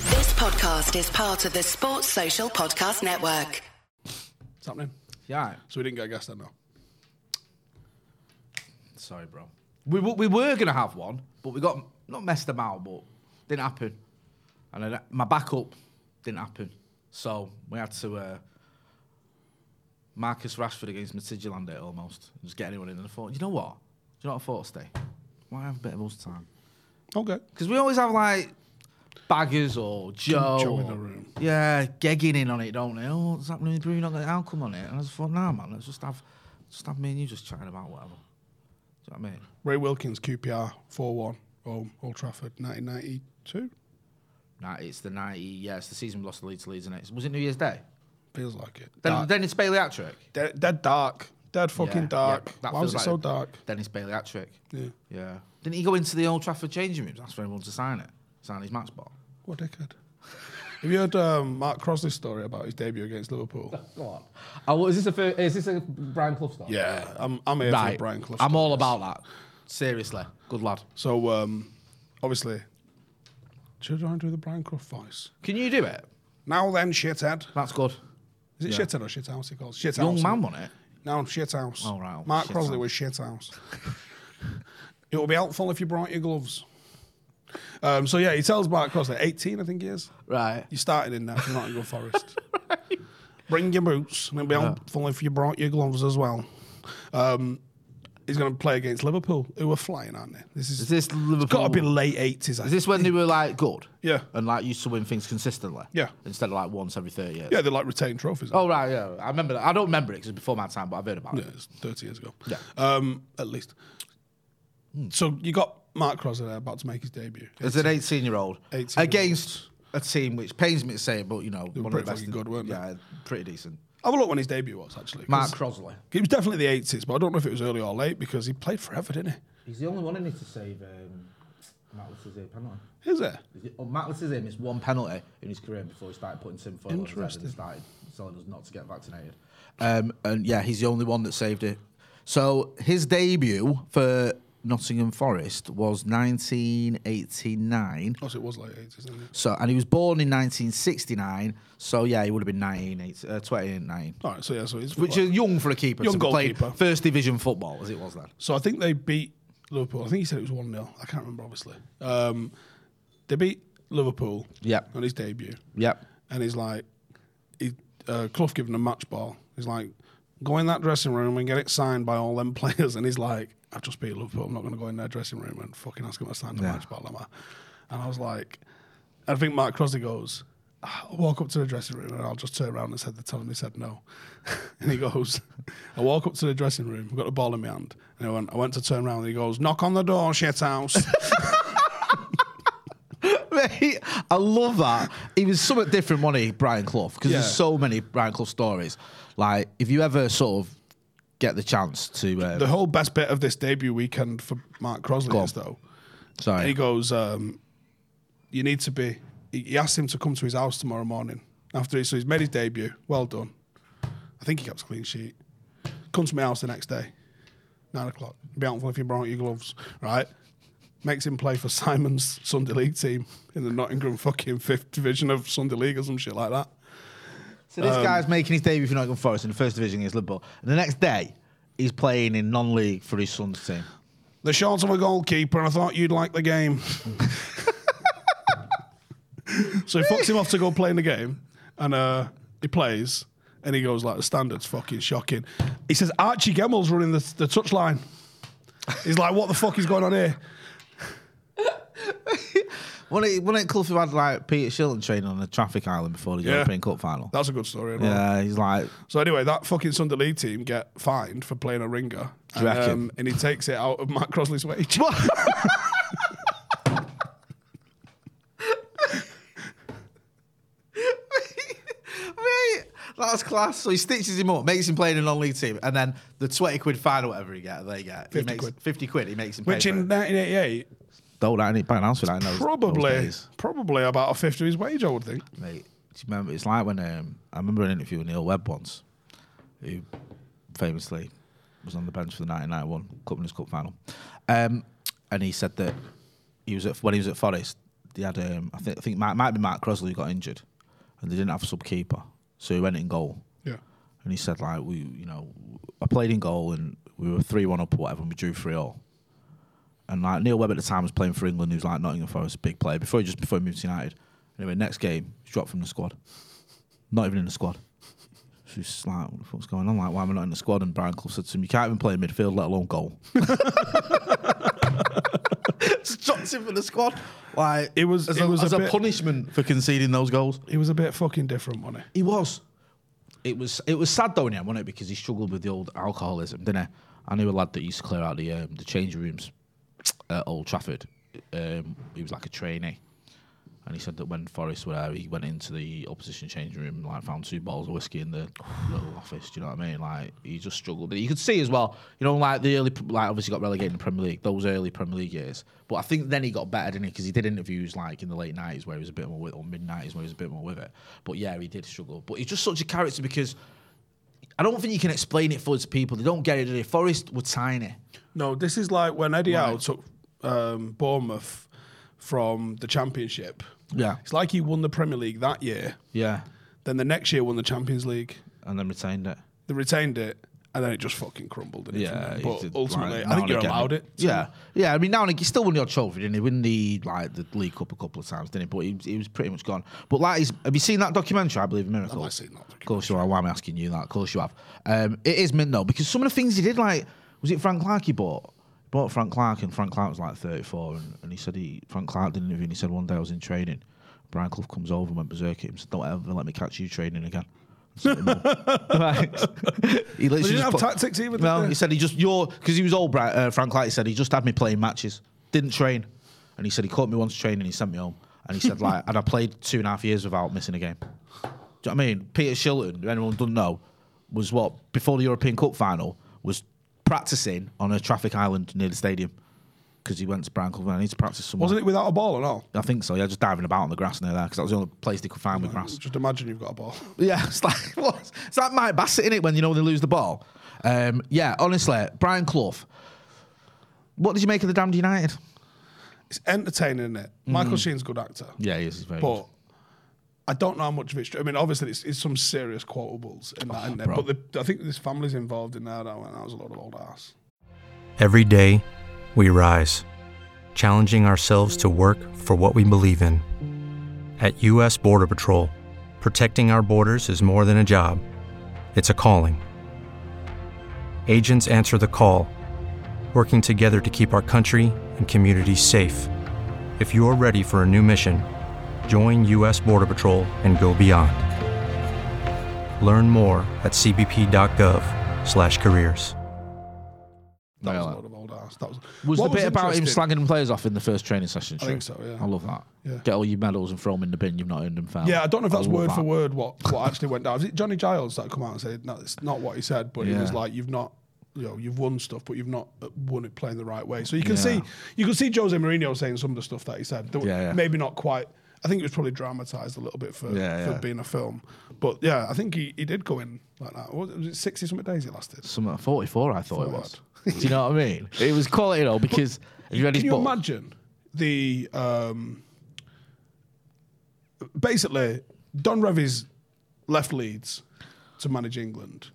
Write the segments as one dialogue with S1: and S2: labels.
S1: podcast is part of the Sports Social Podcast Network.
S2: Something.
S3: Yeah.
S2: So we didn't get a guest then, no.
S3: Sorry, bro. We, w- we were going to have one, but we got not messed about, but didn't happen. And then my backup didn't happen. So we had to uh, Marcus Rashford against Matigiland almost. Just get anyone in. And I thought, you know what? Do you know what I thought, Stay? Why have a bit of us time?
S2: Okay.
S3: Because we always have like baggers or Joe.
S2: Joe in
S3: or-
S2: the room.
S3: Yeah, gegging in on it, don't they? Oh, what's happening with Bruno? I'll come on it. And I just thought, nah, man, let's just have, just have me and you just chatting about whatever. Do you know what I mean?
S2: Ray Wilkins, QPR, 4 1, home, oh, Old Trafford, 1992.
S3: Nah, it's the 90, yeah, it's the season we lost the lead to Leeds and it was it New Year's Day?
S2: Feels like it.
S3: Then,
S2: Dark.
S3: then it's Bailey Attrick.
S2: dead, dead dark. Dead fucking dark. Why was it so dark?
S3: Dennis Bailey Attrick.
S2: Yeah.
S3: Yeah. Didn't he go into the Old Trafford changing rooms? Ask for everyone to sign it, sign his match ball.
S2: What a dickhead. Have you heard um, Mark Crosley's story about his debut against Liverpool?
S4: Go on. Oh, what, is this a fir- is this a Brian Clough story?
S2: Yeah, I'm, I'm here for the Brian Clough.
S3: I'm
S2: story.
S3: all about that. Seriously, good lad.
S2: So, um, obviously, should I do the Brian Clough voice?
S3: Can you do it?
S2: Now then, shithead.
S3: That's good.
S2: Is it shithead or shithouse he calls? Shithouse.
S3: Young man
S2: isn't it?
S3: won it.
S2: No, shithouse.
S3: Oh, right,
S2: Mark Crosley
S3: shithouse.
S2: was shithouse. it would be helpful if you brought your gloves. Um, so yeah, he tells Mark Crosley, 18, I think he is.
S3: Right.
S2: You started in that from Nottingham Forest. Bring your boots, and it'd be helpful if you brought your gloves as well. Um, he's going to play against Liverpool, who are flying, aren't they? This is,
S3: Is this
S2: it's got to
S3: Liverpool-
S2: be late 80s. I
S3: Is this when they were like good?
S2: Yeah.
S3: And like used to win things consistently?
S2: Yeah.
S3: Instead of like once every 30 years?
S2: Yeah, they like retained trophies.
S3: Oh, right. Yeah. I remember that. I don't remember it because it was before my time, but I've heard about
S2: Yeah,
S3: it.
S2: it's 30 years ago.
S3: Yeah. Hmm.
S2: Um, at least. So you got Mark Crosley there about to make his debut.
S3: As an 18 year old
S2: 18
S3: against a team which pains me to say it, but you know, one of
S2: pretty
S3: the best.
S2: fucking good, weren't they?
S3: yeah, pretty decent.
S2: Have a look when his debut was, actually. 'cause
S3: Mark Crosley.
S2: It was definitely the 80s, but I don't know if it was early or late because he played forever, didn't
S4: He's the only one in it to save um, Matt Letizia penalty.
S2: he? Is there?
S4: Is it- Oh, Matt Letizia missed one penalty in his career before he started putting tin foil on his head and started telling us not to get vaccinated.
S3: Um, and yeah, he's the only one that saved it. So his debut for Nottingham Forest was 1989.
S2: Oh, so it was late 80s, isn't it?
S3: So, and he was born in 1969. So yeah, he would have been 19, eight- uh, 29.
S2: All right, so yeah, so it's.
S3: Which is young for a keeper.
S2: Young
S3: to be playing
S2: goalkeeper.
S3: First division football, as it was then.
S2: So I think they beat Liverpool. I think he said it was 1 0. I can't remember, obviously. Um, they beat Liverpool
S3: Yep.
S2: on his debut.
S3: Yep.
S2: And he's like, he, uh, Clough giving a match ball. He's like, go in that dressing room and get it signed by all them players. And he's like, I've just beat Liverpool. I'm not going to go in their dressing room and fucking ask them to sign the match ball, am I? And I was like, I think Mark Crosby goes, I'll walk up to the dressing room and I'll just turn around and said, they tell him they said no. and he goes, I walk up to the dressing room, I've got the ball in my hand. And I went, I went to turn around and he goes, knock on the door, shit house.
S3: Mate, I love that. He was somewhat different, wasn't he, Brian Clough? Because
S2: Yeah.
S3: there's so many Brian Clough stories. Like, if you ever sort of get the chance to, uh,
S2: the whole best bit of this debut weekend for Mark Crosley
S3: on.
S2: is though. And he
S3: sorry,
S2: goes, um, "You need to be." He he asked him to come to his house tomorrow morning after he, so he's made his debut. Well done. I think he kept a clean sheet. Comes to my house the next day, nine o'clock. Be helpful if you brought your gloves, right? Makes him play for Simon's Sunday League team in the Nottingham fucking fifth division of Sunday League or some shit like that.
S3: so
S2: Um,
S3: this guy's making his debut for Nottingham Forest in the first division against Liverpool, and the next day he's playing in non-league for his son's team.
S2: They're short of a goalkeeper, and I thought you'd like the game. so he fucks him off to go play in the game, and uh, he plays, and he goes like, "The standard's fucking shocking." He says Archie Gemmel's running the, the touchline. He's like, "What the fuck is going on here?"
S3: Wasn't it, wasn't it Clough who had like Peter Shilton training on the traffic island before the
S2: Yeah.
S3: European Cup final?
S2: That's a good story. isn't it?
S3: yeah, he's like,
S2: So anyway, that fucking Sunday League team get fined for playing a ringer,
S3: Do
S2: and,
S3: you
S2: um,
S3: reckon?
S2: and he takes it out of Matt Crosley's wage.
S3: Mate, that's class. So he stitches him up, makes him play in a non-league team, and then the twenty quid fine or whatever he get, they get he
S2: 50
S3: makes,
S2: quid.
S3: Fifty quid. He makes him.
S2: Which
S3: pay for
S2: in
S3: it.
S2: 1988,
S3: don't that any pound ounce for that? in those- those
S2: probably,
S3: days,
S2: probably about a fifth of his wage, I would think.
S3: mate. Do you remember? It's like when um, I remember an interview with Neil Webb once, who famously was on the bench for the 1991 Cup Winners' Cup final, um, and he said that he was at when he was at Forest, they had um, I think I think might might be Mark Crosley who got injured, and they didn't have a sub keeper, so he went in goal,
S2: Yeah.
S3: and he said like we you know I played in goal and we were three one up or whatever, and we drew three all. And like Neil Webb at the time was playing for England, he was like Nottingham Forest, big player before he just before he moved to United. Anyway, next game he's dropped from the squad, not even in the squad. She's just like, what the fuck's going on? Like, why am I not in the squad? And Brian Clough said to him, you can't even play midfield, let alone goal. Just dropped him for the squad. Like
S2: It was-
S3: as,
S2: it
S3: a,
S2: was a
S3: as a
S2: bit-
S3: punishment for conceding those goals.
S2: He was a bit fucking different, wasn't he?
S3: He was. It was it was sad though in the end, wasn't it? Because he struggled with the old alcoholism, didn't he? I knew a lad that used to clear out the um, the change rooms at Old Trafford. Um, he was like a trainee, and he said that when Forrest were there, he went into the opposition change room, like found two bottles of whiskey in the little office. Do you know what I mean? Like he just struggled, but you could see as well. You know, like the early, like obviously got relegated in the Premier League, those early Premier League years. But I think then he got better, didn't he? Because he did interviews like in the late nineties where he was a bit more with, or mid nineties where he was a bit more with it. But yeah, he did struggle. But he's just such a character because. I don't think you can explain it for to people. They don't get it. do they? Forrest were tiny.
S2: No, this is like when Eddie Howe took um, Bournemouth from the Championship.
S3: Yeah.
S2: It's like he won the Premier League that year,
S3: Yeah.
S2: then the next year won the Champions League.
S3: and then retained it.
S2: They retained it, and then it just fucking crumbled. Didn't
S3: Yeah,
S2: it
S3: he
S2: from there?
S3: did,
S2: but ultimately,
S3: like,
S2: I
S3: now
S2: think
S3: and
S2: you're
S3: again.
S2: allowed it.
S3: Yeah, yeah. I mean, now and again, he still won your trophy, didn't he? Win the like the League Cup a couple of times, didn't he? But he, he was pretty much gone. But like, he's, have you seen that documentary? I believe in miracles.
S2: not seen that
S3: Of course you are. Why am I asking you that? Of course you have. Um, it is mint though because some of the things he did, like, was it Frank Clark he bought? He bought Frank Clark, and Frank Clark was like 34, and, and he said he Frank Clark did an interview, and he said one day I was in training. Brian Clough comes over and went berserk at him. Said, "Don't ever let me catch you training again." Sent him off. right.
S2: They
S3: He literally
S2: didn't
S3: just
S2: have
S3: put-
S2: tactics either, did
S3: No,
S2: they?
S3: he said he just your because he was old. Bra- Uh, Frank Light said he just had me playing matches, didn't train, and he said he caught me once training. He sent me home, and he said like, and I played two and a half years without missing a game. Do you know what I mean? Peter Shilton, if anyone doesn't know, was what before the European Cup final was practicing on a traffic island near the stadium because he went to Brian Clough. I need to practice somewhere.
S2: Wasn't it without a ball and all?
S3: I think so. Yeah, just diving about on the grass near there because that was the only place they could find with grass.
S2: Just imagine you've got a ball.
S3: Yeah, it's like what? It's like Mike Bassett in it when you know they lose the ball. Um, yeah, honestly, Brian Clough. What did you make of the damned United?
S2: It's entertaining, is it?
S3: Mm.
S2: Michael Sheen's a good actor.
S3: Yeah, he is very.
S2: But I don't know how much of it's true. I mean, obviously, it's, it's some serious quotables in
S3: Oh,
S2: that, isn't there? But the, I think there's families involved in there, though, and that was a lot of old ass.
S5: Every day, we rise, challenging ourselves to work for what we believe in. At U.S. Border Patrol, protecting our borders is more than a job, it's a calling. Agents answer the call, working together to keep our country and communities safe. If you're ready for a new mission, join U.S. Border Patrol and go beyond. Learn more at cbp.gov/careers.
S2: That was a
S3: Yeah.
S2: lot of old ass. That was,
S3: was
S2: What
S3: the bit about him
S2: interesting-
S3: slagging players off in the first training session?
S2: I
S3: true?
S2: think so, yeah.
S3: I love that.
S2: Yeah.
S3: Get all your medals and throw them in the bin. You've not earned them. Foul.
S2: Yeah, I don't know if that's
S3: love
S2: word for
S3: that.
S2: word what, what actually went down. Is it Johnny Giles that come out and said, no, it's not what he said, but it was
S3: Yeah.
S2: like, you've not, you know, you've won stuff, but you've not uh, won it playing the right way. So you can
S3: Yeah.
S2: see, you can see Jose Mourinho saying some of the stuff that he said. that
S3: Yeah, yeah.
S2: Maybe not quite. I think it was probably dramatized a little bit for,
S3: Yeah,
S2: for
S3: yeah.
S2: being a film. But yeah, I think he, he did go in like that. Was it, was it 60 something days it lasted?
S3: Some at 44, I thought it was. Do you know what I mean? It was quality though because if you read
S2: Can
S3: his
S2: you
S3: book,
S2: imagine the um, basically Don Revie's left Leeds to manage England.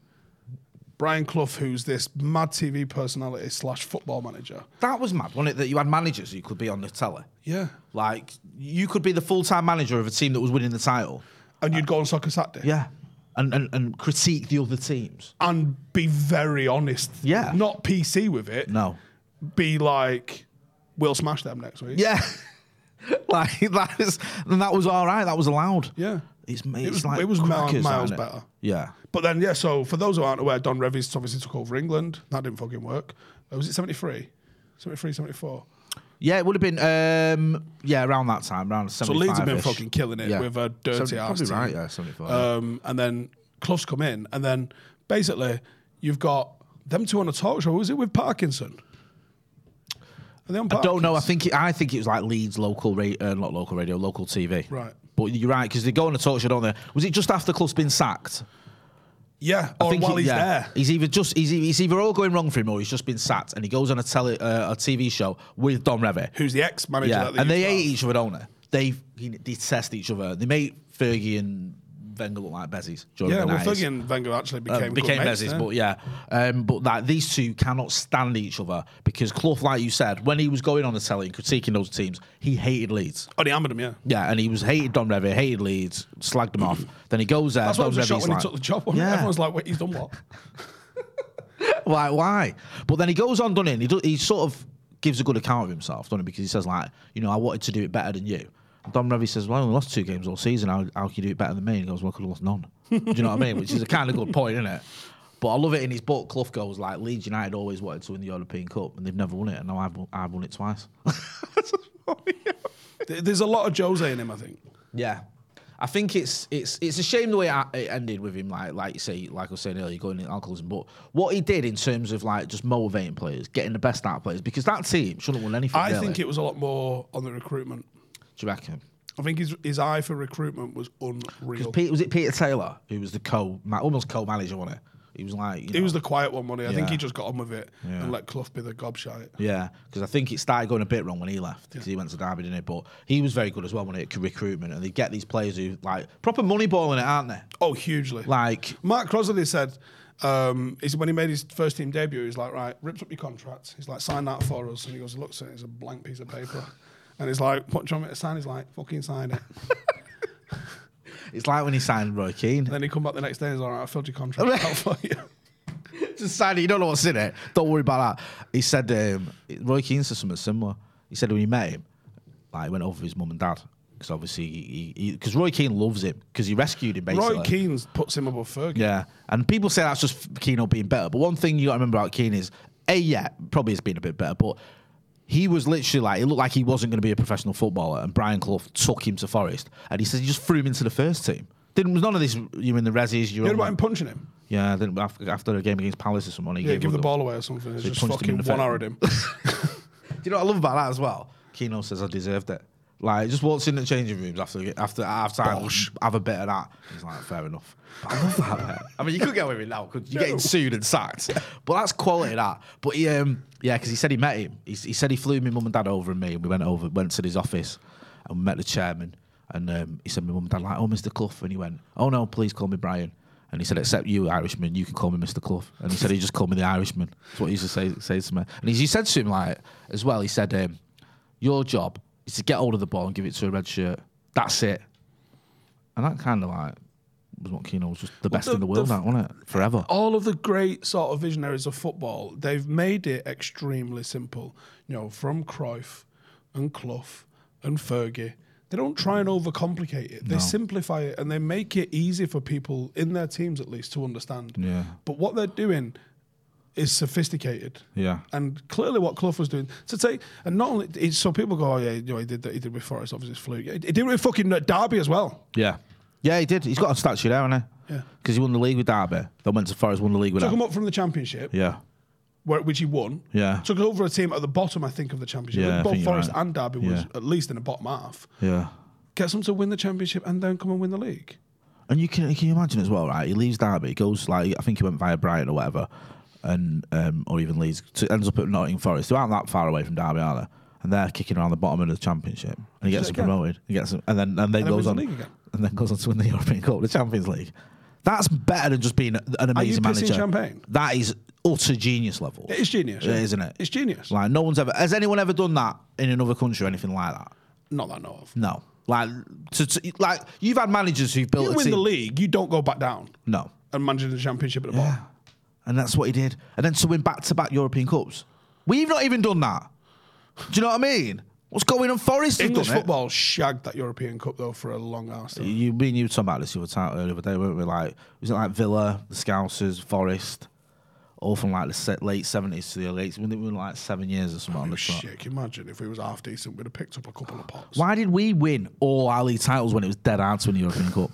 S2: Brian Clough, who's this mad TV personality slash football manager.
S3: that was mad, wasn't it? That you had managers who could be on the telly.
S2: Yeah.
S3: Like you could be the full-time manager of a team that was winning the title.
S2: And you'd go on Soccer Saturday
S3: Yeah. And, and, and critique the other teams.
S2: and be very honest.
S3: Yeah.
S2: Not PC with it.
S3: No.
S2: Be like, we'll smash them next week.
S3: Yeah. like that is and that was all right. That was allowed.
S2: Yeah.
S3: It's, it's
S2: It was-
S3: like
S2: it was mi-
S3: crackers,
S2: miles
S3: isn't it?
S2: better.
S3: Yeah.
S2: But then, yeah, so for those who aren't aware, Don Revie's obviously took over England. That didn't fucking work. Uh, Was it 73? 73, 74?
S3: Yeah, it would have been um yeah, around that time, around 75
S2: So Leeds have been fucking killing it with a dirty ass
S3: Probably
S2: team.
S3: right, yeah, 75.
S2: Um, and then Clough's come in, and then basically you've got them two on a talk show. Who's it with Parkinson? Are they on
S3: I don't know. I
S2: Parkinson?
S3: think it, I think it was like Leeds local radio, uh, not local radio, local TV.
S2: Right.
S3: But you're right because they go on a talk show, don't they? Was it just after Clough's been sacked?
S2: yeah,
S3: I
S2: or
S3: think
S2: while
S3: he-
S2: he's
S3: yeah.
S2: there.
S3: He's either just he's, he's either all going wrong for him or he's just been sacked, and he goes on a tele uh, a TV show with Don Revy.
S2: Who's the ex manager?
S3: Yeah,
S2: that
S3: and
S2: used
S3: they
S2: to
S3: hate
S2: have.
S3: each other, don't they? they fucking detest each other. They made Fergie and Wenger look like Bezies. during
S2: Yeah,
S3: the
S2: well,
S3: 90s.
S2: Fergie and Wenger actually
S3: Uh,
S2: became
S3: became
S2: good mates,
S3: Bezies,
S2: yeah.
S3: but yeah, um, but that these two cannot stand each other because Clough, like you said, when he was going on the telly and critiquing those teams, he hated Leeds.
S2: Oh, they hammered him, yeah.
S3: Yeah, and he was hated Don Revy, hated Leeds, slagged them off. Then he goes there.
S2: That's why I
S3: Don
S2: was a shock
S3: Revie's
S2: when he
S3: like-
S2: took the job. wasn't it?
S3: Yeah.
S2: Everyone's like, wait, he's done what?
S3: Why? Why? But then he goes on, doesn't he? And He, do, he sort of gives a good account of himself, doesn't he? Because he says like, you know, I wanted to do it better than you. And Don Revy says, well, I only lost two games all season. How, how can you do it better than me? And he goes, well, I could have lost none. do you know what I mean? Which is a kind of good point, isn't it? But I love it in his book. Clough goes like, Leeds United always wanted to win the European Cup, and they've never won it, and now I've won, I've won it twice.
S2: There- There's a lot of Jose in him, I think.
S3: Yeah, I think it's it's it's a shame the way I- it ended with him. Like like you say, like I was saying earlier, going into alcoholism. But what he did in terms of like just motivating players, getting the best out of players, because that team shouldn't win anything.
S2: I think
S3: it.
S2: it was a lot more on the recruitment.
S3: Do you reckon?
S2: I think his, his eye for recruitment was unreal.
S3: Because was it Peter Taylor who was the co ma- almost co manager on it? He was like you
S2: He
S3: know,
S2: was the quiet one, wasn't he? I think he
S3: Yeah.
S2: just got on with it
S3: Yeah.
S2: and let Clough be the gobshite.
S3: Yeah, because I think it started going a bit wrong when he left because he went to Derby, didn't it? But he was very good as well when it recruitment, and they get these players who like proper money balling it, aren't they?
S2: Oh, hugely.
S3: Like
S2: Mark Crosley said, um, he said when he made his first team debut, he's like, right, rips up your contract. He's like, sign that for us. And he goes, he looks at it, it's a blank piece of paper. And he's like, what do you want me to sign? He's like, fucking sign it.
S3: it's like when he signed Roy Keane.
S2: then he come back the next day and he's like, all right, I filled your contract out for you.
S3: Just sign it. You don't know what's in it. Don't worry about that. He said um, Roy Keane said something similar. He said when he met him, like he went over with his mum and dad because obviously he because Roy Keane loves him because he rescued him basically.
S2: Roy Keane's puts him above Fergie.
S3: Yeah, and people say that's just Keane being better, but one thing you got to remember about Keane is a yeah probably has been a bit better, but. He was literally like, it looked like he wasn't going to be a professional footballer. And Brian Clough took him to Forest. And he says he just threw him into the first team. Didn't, was none of this, you're in the resis,
S2: You
S3: you're on
S2: heard about
S3: the-
S2: him punching him?
S3: yeah, then after, after a game against Palace or someone, he
S2: Yeah,
S3: gave
S2: give
S3: up
S2: the ball away or something. It's
S3: he
S2: just
S3: punched him
S2: fucking
S3: in the face.
S2: one-horrid him.
S3: Do you know what I love about that as well? Keno says I deserved it. Like just walks in the changing rooms after after half time, have a bit of that. He's like, fair enough. But I love that. man. I mean, you could get away with it now because you're getting sued and sacked, but that's quality that. But he, um, yeah, because he said he met him. He, he said he flew my mum and dad over and me, and we went over, went to his office, and we met the chairman. And um, he said, my mum and dad like, oh, Mr. Clough, and he went, oh no, please call me Brian. And he said, except you, Irishman, you can call me Mr. Clough. And he said, he just called me the Irishman. That's what he used to say, say to me. And he, he said to him, like, as well, he said, um, your job is to get hold of the ball and give it to a red shirt. That's it. And that kind of like was what Keane was just the best
S2: the-
S3: in the world,
S2: the-
S3: that, wasn't it? Forever.
S2: all of the great sort of visionaries of football, they've made it extremely simple. You know, from Cruyff and Clough and Fergie, they don't try and overcomplicate it. They simplify it and they make it easy for people in their teams, at least, to understand.
S3: Yeah.
S2: But what they're doing is sophisticated.
S3: Yeah.
S2: And clearly, what Clough was doing to take, and not only it's, so people go, oh yeah, you know, he did that. He did with Forest, obviously, it's fluke. He did it with fucking Derby as well.
S3: Yeah. Yeah, he did. He's got a statue there, hasn't he?
S2: Yeah.
S3: Because he won the league with Derby. Then went to Forest, won the league with
S2: Took him
S3: them.
S2: up from the championship.
S3: Yeah.
S2: where, which he won.
S3: Yeah.
S2: Took over a team at the bottom, I think, of the championship.
S3: Yeah, I
S2: Both
S3: think you're
S2: Forest
S3: right.
S2: and Derby was
S3: Yeah.
S2: at least in the bottom half.
S3: Yeah.
S2: Gets them to win the championship and then come and win the league.
S3: And you can can you imagine as well, right? He leaves Derby, he goes like I think he went via Brighton or whatever, and um, or even Leeds. To, ends up at Nottingham Forest. They aren't that far away from Derby, are they? And they're kicking around the bottom of the championship, and he gets them
S2: it again?
S3: promoted. He gets them, and then and then
S2: And then
S3: goes
S2: wins the
S3: on,
S2: league again.
S3: and then goes on to win the European Cup, the Champions League. That's better than just being an amazing
S2: you pissing
S3: manager.
S2: champagne?
S3: That is utter genius level.
S2: It is genius, yeah.
S3: isn't it?
S2: It's genius.
S3: Like no one's ever has anyone ever done that in another country or anything like that.
S2: Not that I know of.
S3: No, like to, to- like you've had managers who've built
S2: You
S3: a
S2: win
S3: team.
S2: the league, you don't go back down
S3: No,
S2: and manage the championship at the bottom.
S3: And that's what he did. And then to win back to back European Cups. We've not even done that. Do you know what I mean? What's going on? Forest have
S2: English
S3: done it.
S2: football shagged that European Cup though for a long ass time.
S3: You, me and you were talking about this the other, time, the other day, weren't we? Like, was it like Villa, the Scousers, Forest, all from like the se- late 70s to the early 80s? We were like seven years or something on the clock.
S2: Shit, can you imagine if we was half decent, we'd have picked up a couple of pots.
S3: Why did we win all our league titles when it was dead hard to win the European Cup?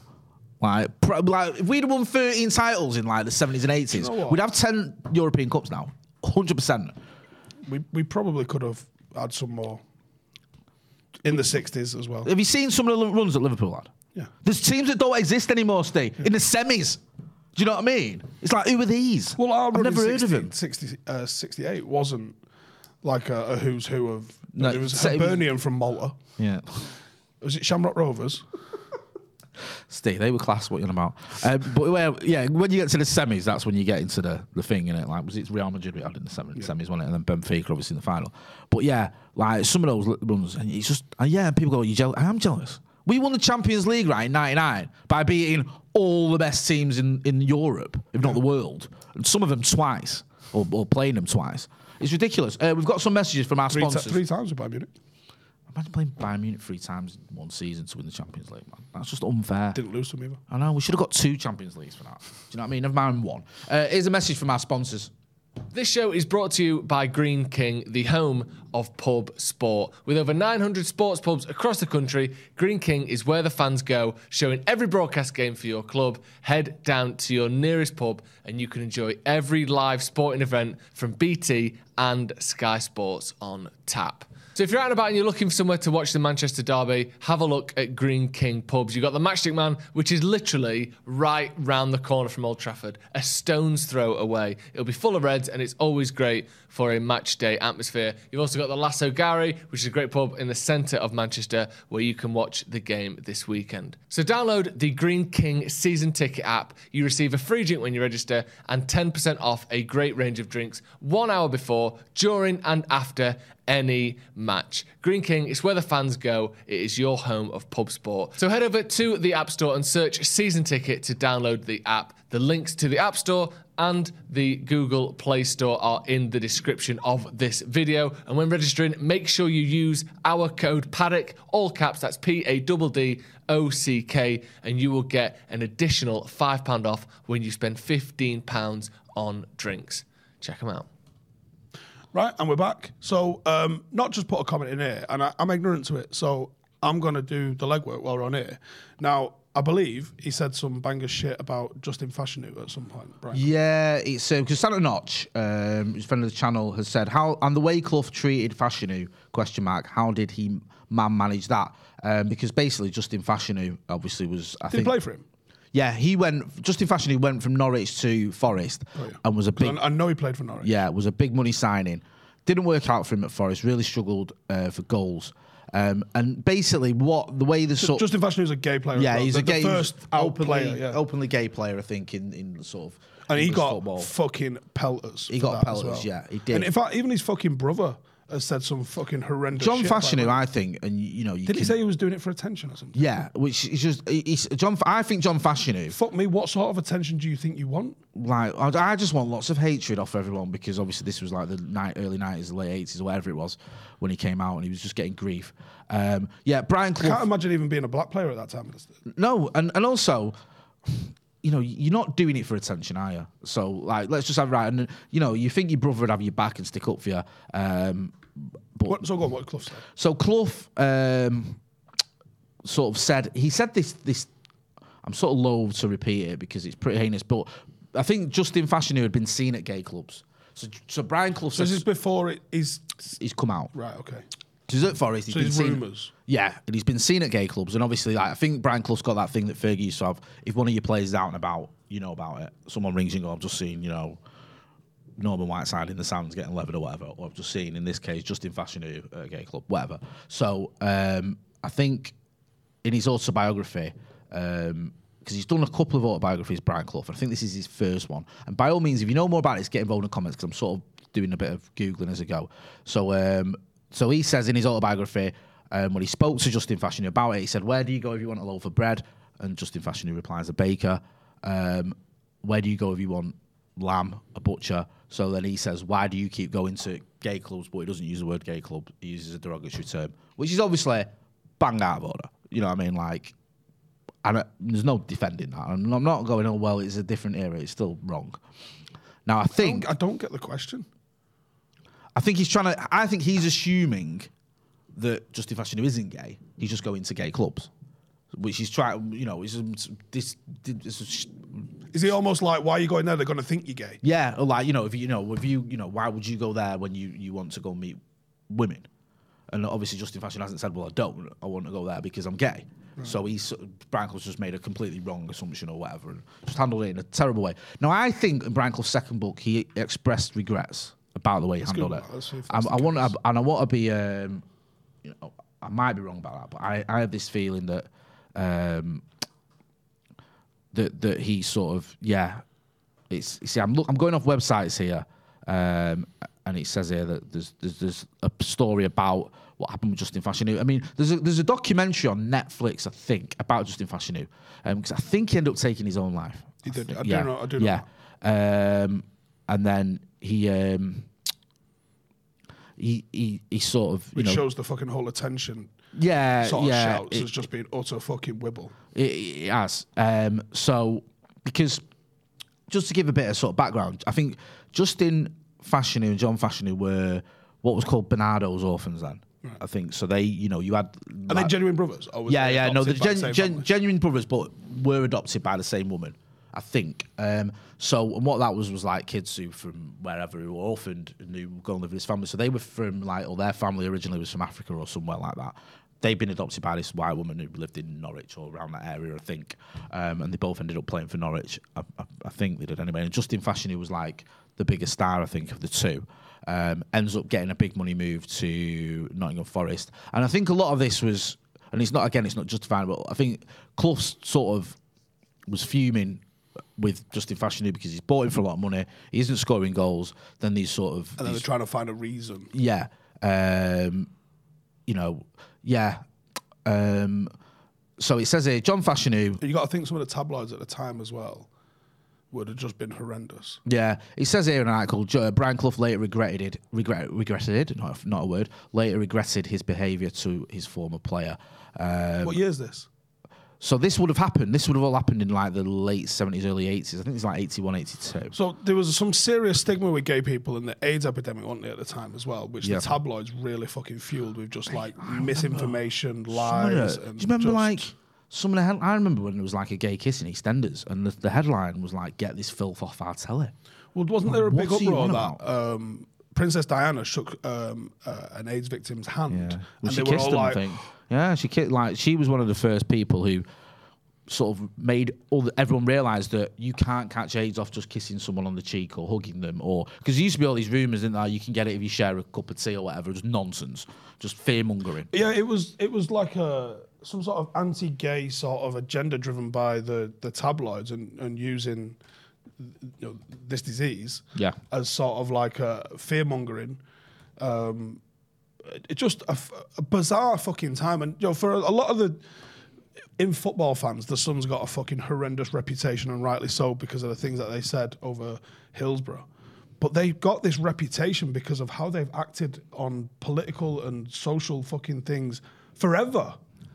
S3: Like, pro- like if we'd have won 13 titles in like the 70s and 80s,
S2: know what?
S3: we'd have 10 European Cups now. 100%.
S2: We we probably could have had some more in the sixties as well.
S3: Have you seen some of the runs that Liverpool had?
S2: Yeah.
S3: There's teams that don't exist anymore, Steve, in the semis. Do you know what I mean? It's like, who are these?
S2: Well, our
S3: I've never heard of them.
S2: 60, uh, 68 wasn't like a, a who's who of.
S3: No,
S2: it was
S3: so it was-
S2: Hibernian from Malta.
S3: Yeah.
S2: Was it Shamrock Rovers?
S3: Stay, they were class. What you on about? Um, but well, yeah, when you get to the semis, that's when you get into the the thing in it. Like was it Real Madrid we had in the semis, semis one, and then Benfica obviously in the final. But yeah, like some of those li- ones, and it's just and yeah, and people go, "You jealous?" I am jealous. We won the Champions League right in '99 by beating all the best teams in in Europe, if not the world, and some of them twice or, or playing them twice. It's ridiculous. Uh, we've got some messages from our
S2: Three, ti-
S3: sponsors.
S2: three times with Bayern Munich.
S3: Imagine playing Bayern Munich three times in one season to win the Champions League, man. That's just unfair.
S2: Didn't lose to them either.
S3: I know, we should have got two Champions Leagues for that. Do you know what I mean? Never mind one. Uh, here's a message from our sponsors.
S6: This show is brought to you by Green King, the home of pub sport. With over 900 sports pubs across the country, Green King is where the fans go, showing every broadcast game for your club. Head down to your nearest pub and you can enjoy every live sporting event from BT and Sky Sports on tap. So if you're out and about and you're looking for somewhere to watch the Manchester Derby, have a look at Green King Pubs. You've got the Matchstick Man, which is literally right round the corner from Old Trafford, a stone's throw away. It'll be full of Reds and it's always great for a match day atmosphere. You've also got the Lasso Gary, which is a great pub in the centre of Manchester where you can watch the game this weekend. So download the Green King season ticket app. You receive a free drink when you register and 10% off a great range of drinks one hour before, during and after any match. Green King is where the fans go. It is your home of pub sport. So head over to the App Store and search Season Ticket to download the app. The links to the App Store and the Google Play Store are in the description of this video. And when registering, make sure you use our code PADDOCK, all caps, that's P A D D O C K, and you will get an additional £5 off when you spend £15 on drinks. Check them out.
S2: Right, and we're back. So, um, not just put a comment in here, and I, I'm ignorant to it, so I'm going to do the legwork while we're on here. Now, I believe he said some banger shit about Justin Fashanu at some point, right?
S3: Yeah, it's because Santa Notch, um, who's a friend of the channel, has said how and the way Clough treated Fashanu question mark. How did he man manage that? Um, because basically Justin Fashanu obviously was. I
S2: Did he
S3: think,
S2: play for him?
S3: Yeah, he went. Justin Fashanu went from Norwich to Forest
S2: Oh,
S3: and was a
S2: 'Cause
S3: big.
S2: I, I know he played for Norwich.
S3: Yeah, it was a big money signing. Didn't work out for him at Forest. Really struggled uh, for goals. Um, and basically, what the way the sort
S2: Justin Fashanu a gay player. as
S3: yeah,
S2: well.
S3: he's
S2: the,
S3: a gay,
S2: the
S3: he's
S2: first out
S3: openly,
S2: player. Yeah.
S3: openly gay player, I think, in in sort of
S2: and he
S3: English
S2: got
S3: football.
S2: fucking pelters.
S3: He
S2: for
S3: got
S2: that as
S3: pelters,
S2: well.
S3: yeah, he did.
S2: And in fact, even his fucking brother has said some fucking horrendous.
S3: John
S2: shit about
S3: Fashanu,
S2: him.
S3: I think, and you know, you
S2: Did he
S3: can-
S2: say he was doing it for attention or something?
S3: Yeah, which is just it's John. I think John Fashanu.
S2: Fuck me. What sort of attention do you think you want?
S3: Like, I, I just want lots of hatred off everyone because obviously this was like the night, early nineties, late eighties, or whatever it was when he came out, and he was just getting grief. Um, yeah, Brian Clough.
S2: Can't imagine even being a black player at that time.
S3: No, and, and also, you know, you're not doing it for attention, are you? So, like, let's just have right, and you know, you think your brother would have your back and stick up for you. Um,
S2: What, so go on. What did Clough said?
S3: so Clough um, sort of said he said this this. I'm sort of loath to repeat it because it's pretty heinous, but I think Justin Fashanu had been seen at gay clubs. So, so Brian Clough
S2: So
S3: says
S2: this is before it is
S3: he's come out.
S2: right. Okay.
S3: He's at Forest. He's
S2: So
S3: been
S2: it's
S3: seen,
S2: rumours.
S3: Yeah, and he's been seen at gay clubs, and obviously, like I think Brian Clough's got that thing that Fergie used to have. If one of your players is out and about, you know about it. Someone rings you and go, "I've just seen, you know, Norman Whiteside in the sands getting levered or whatever," or "I've just seen in this case Justin Fashanu at a gay club, whatever." So um, I think in his autobiography, because he's done a couple of autobiographies, Brian Clough. and I think this is his first one. And by all means, if you know more about it, get involved in the comments because I'm sort of doing a bit of googling as I go. So, um, so he says in his autobiography um, when he spoke to Justin Fashion about it, he said, "Where do you go if you want a loaf of bread?" And Justin Fashion replies, "A baker." Um, where do you go if you want lamb, a butcher. So then he says, why do you keep going to gay clubs? But he doesn't use the word gay club. He uses a derogatory term, which is obviously bang out of order. You know what I mean? Like, and uh, there's no defending that. And I'm not going, oh, well, it's a different era. It's still wrong. Now, I think,
S2: I don't get the question.
S3: I think he's trying to, I think he's assuming that Justin Fashanu isn't gay. He's just going to gay clubs. Which he's trying, you know, it's, it's, this, this,
S2: Is he almost like, why are you going there? They're going to think you're gay.
S3: Yeah, or like you know, if you know, if you you know, why would you go there when you you want to go meet women? And obviously, Justin Fashion hasn't said, "Well, I don't. I want to go there because I'm gay." So he's Brankel's just made a completely wrong assumption or whatever, and just handled it in a terrible way. Now, I think in Brankel's second book, he expressed regrets about the way he handled
S2: Google
S3: it.
S2: that. Let's see if
S3: I,
S2: that's
S3: I
S2: the
S3: want, to, and I want to be, um, you know, I might be wrong about that, but I, I have this feeling that um, that that he sort of yeah. It's you see, I'm look, I'm going off websites here, um, and it says here that there's there's, there's a story about what happened with Justin Fashanu. I mean, there's a, there's a documentary on Netflix, I think, about Justin Fashanu, because I think he ended up taking his own life.
S2: He did.
S3: thi-
S2: I do know- I do know
S3: yeah. Um, and then he um, he he he sort of you
S2: Which
S3: know
S2: shows the fucking whole attention
S3: yeah
S2: sort of
S3: yeah
S2: shouts
S3: it-
S2: as just being utter fucking wibble.
S3: It, it has. Um, so, because just to give a bit of sort of background, I think Justin Fashanu and John Fashanu were what was called Bernardo's orphans then. I think so. They, you know, you had
S2: Are they genuine brothers? Or was
S3: yeah,
S2: they
S3: yeah, no, the
S2: adopted by the same
S3: gen, gen,
S2: family?
S3: genuine brothers, but were adopted by the same woman, I think. Um, so, and what that was was like kids who from wherever who were orphaned and who were going to live with his family. So they were from like, or their family originally was from Africa or somewhere like that. They've been adopted by this white woman who lived in Norwich or around that area, I think. Um, and they both ended up playing for Norwich. I, I, I think they did anyway. And Justin Fashion, who was like the biggest star, I think, of the two um, ends up getting a big money move to Nottingham Forest. And I think a lot of this was, and it's not again, it's not justifiable. I think Clough's sort of was fuming with Justin Fashanu because he's bought him for a lot of money. He isn't scoring goals. Then these sort of
S2: And they were
S3: these-
S2: trying to find a reason.
S3: yeah, um, you know, yeah. Um, so it says here, John Fashanu
S2: You got to think some of the tabloids at the time as well would have just been horrendous.
S3: Yeah, it says here in an article, Jo- uh, Brian Clough later regretted it, regret, regretted it, not, not a word, later regretted his behaviour to his former player. Um,
S2: what year is this?
S3: so this would have happened, this would have all happened in like the late 70s, early 80s. I think it's like 81, 82.
S2: So there was some serious stigma with gay people and the AIDS epidemic, wasn't there, at the time as well, which
S3: Yeah.
S2: the tabloids really fucking fueled with just like misinformation,
S3: Some of
S2: lies.
S3: the- do you
S2: and
S3: remember
S2: just-
S3: like some of the head- I remember when there was like a gay kiss in EastEnders and the, the headline was like, get this filth off our telly.
S2: Well, wasn't there a big
S3: What do you
S2: uproar
S3: want
S2: that um, Princess Diana shook um, uh, an AIDS victim's hand,
S3: Well,
S2: and
S3: she
S2: they were
S3: kissed
S2: all
S3: him,
S2: like,
S3: I think. Yeah, she kissed. Like she was one of the first people who sort of made all the, everyone realise that you can't catch AIDS off just kissing someone on the cheek or hugging them, or because there used to be all these rumours in there you can get it if you share a cup of tea or whatever. Just nonsense, just fear mongering.
S2: Yeah, it was it was like a some sort of anti-gay sort of agenda driven by the the tabloids and and using you know, this disease
S3: Yeah.
S2: as sort of like a fear mongering. Um, it just a, f- a bizarre fucking time, and you know, for a, a lot of the in football fans, the Sun's got a fucking horrendous reputation, and rightly so because of the things that they said over Hillsborough. But they got this reputation because of how they've acted on political and social fucking things forever.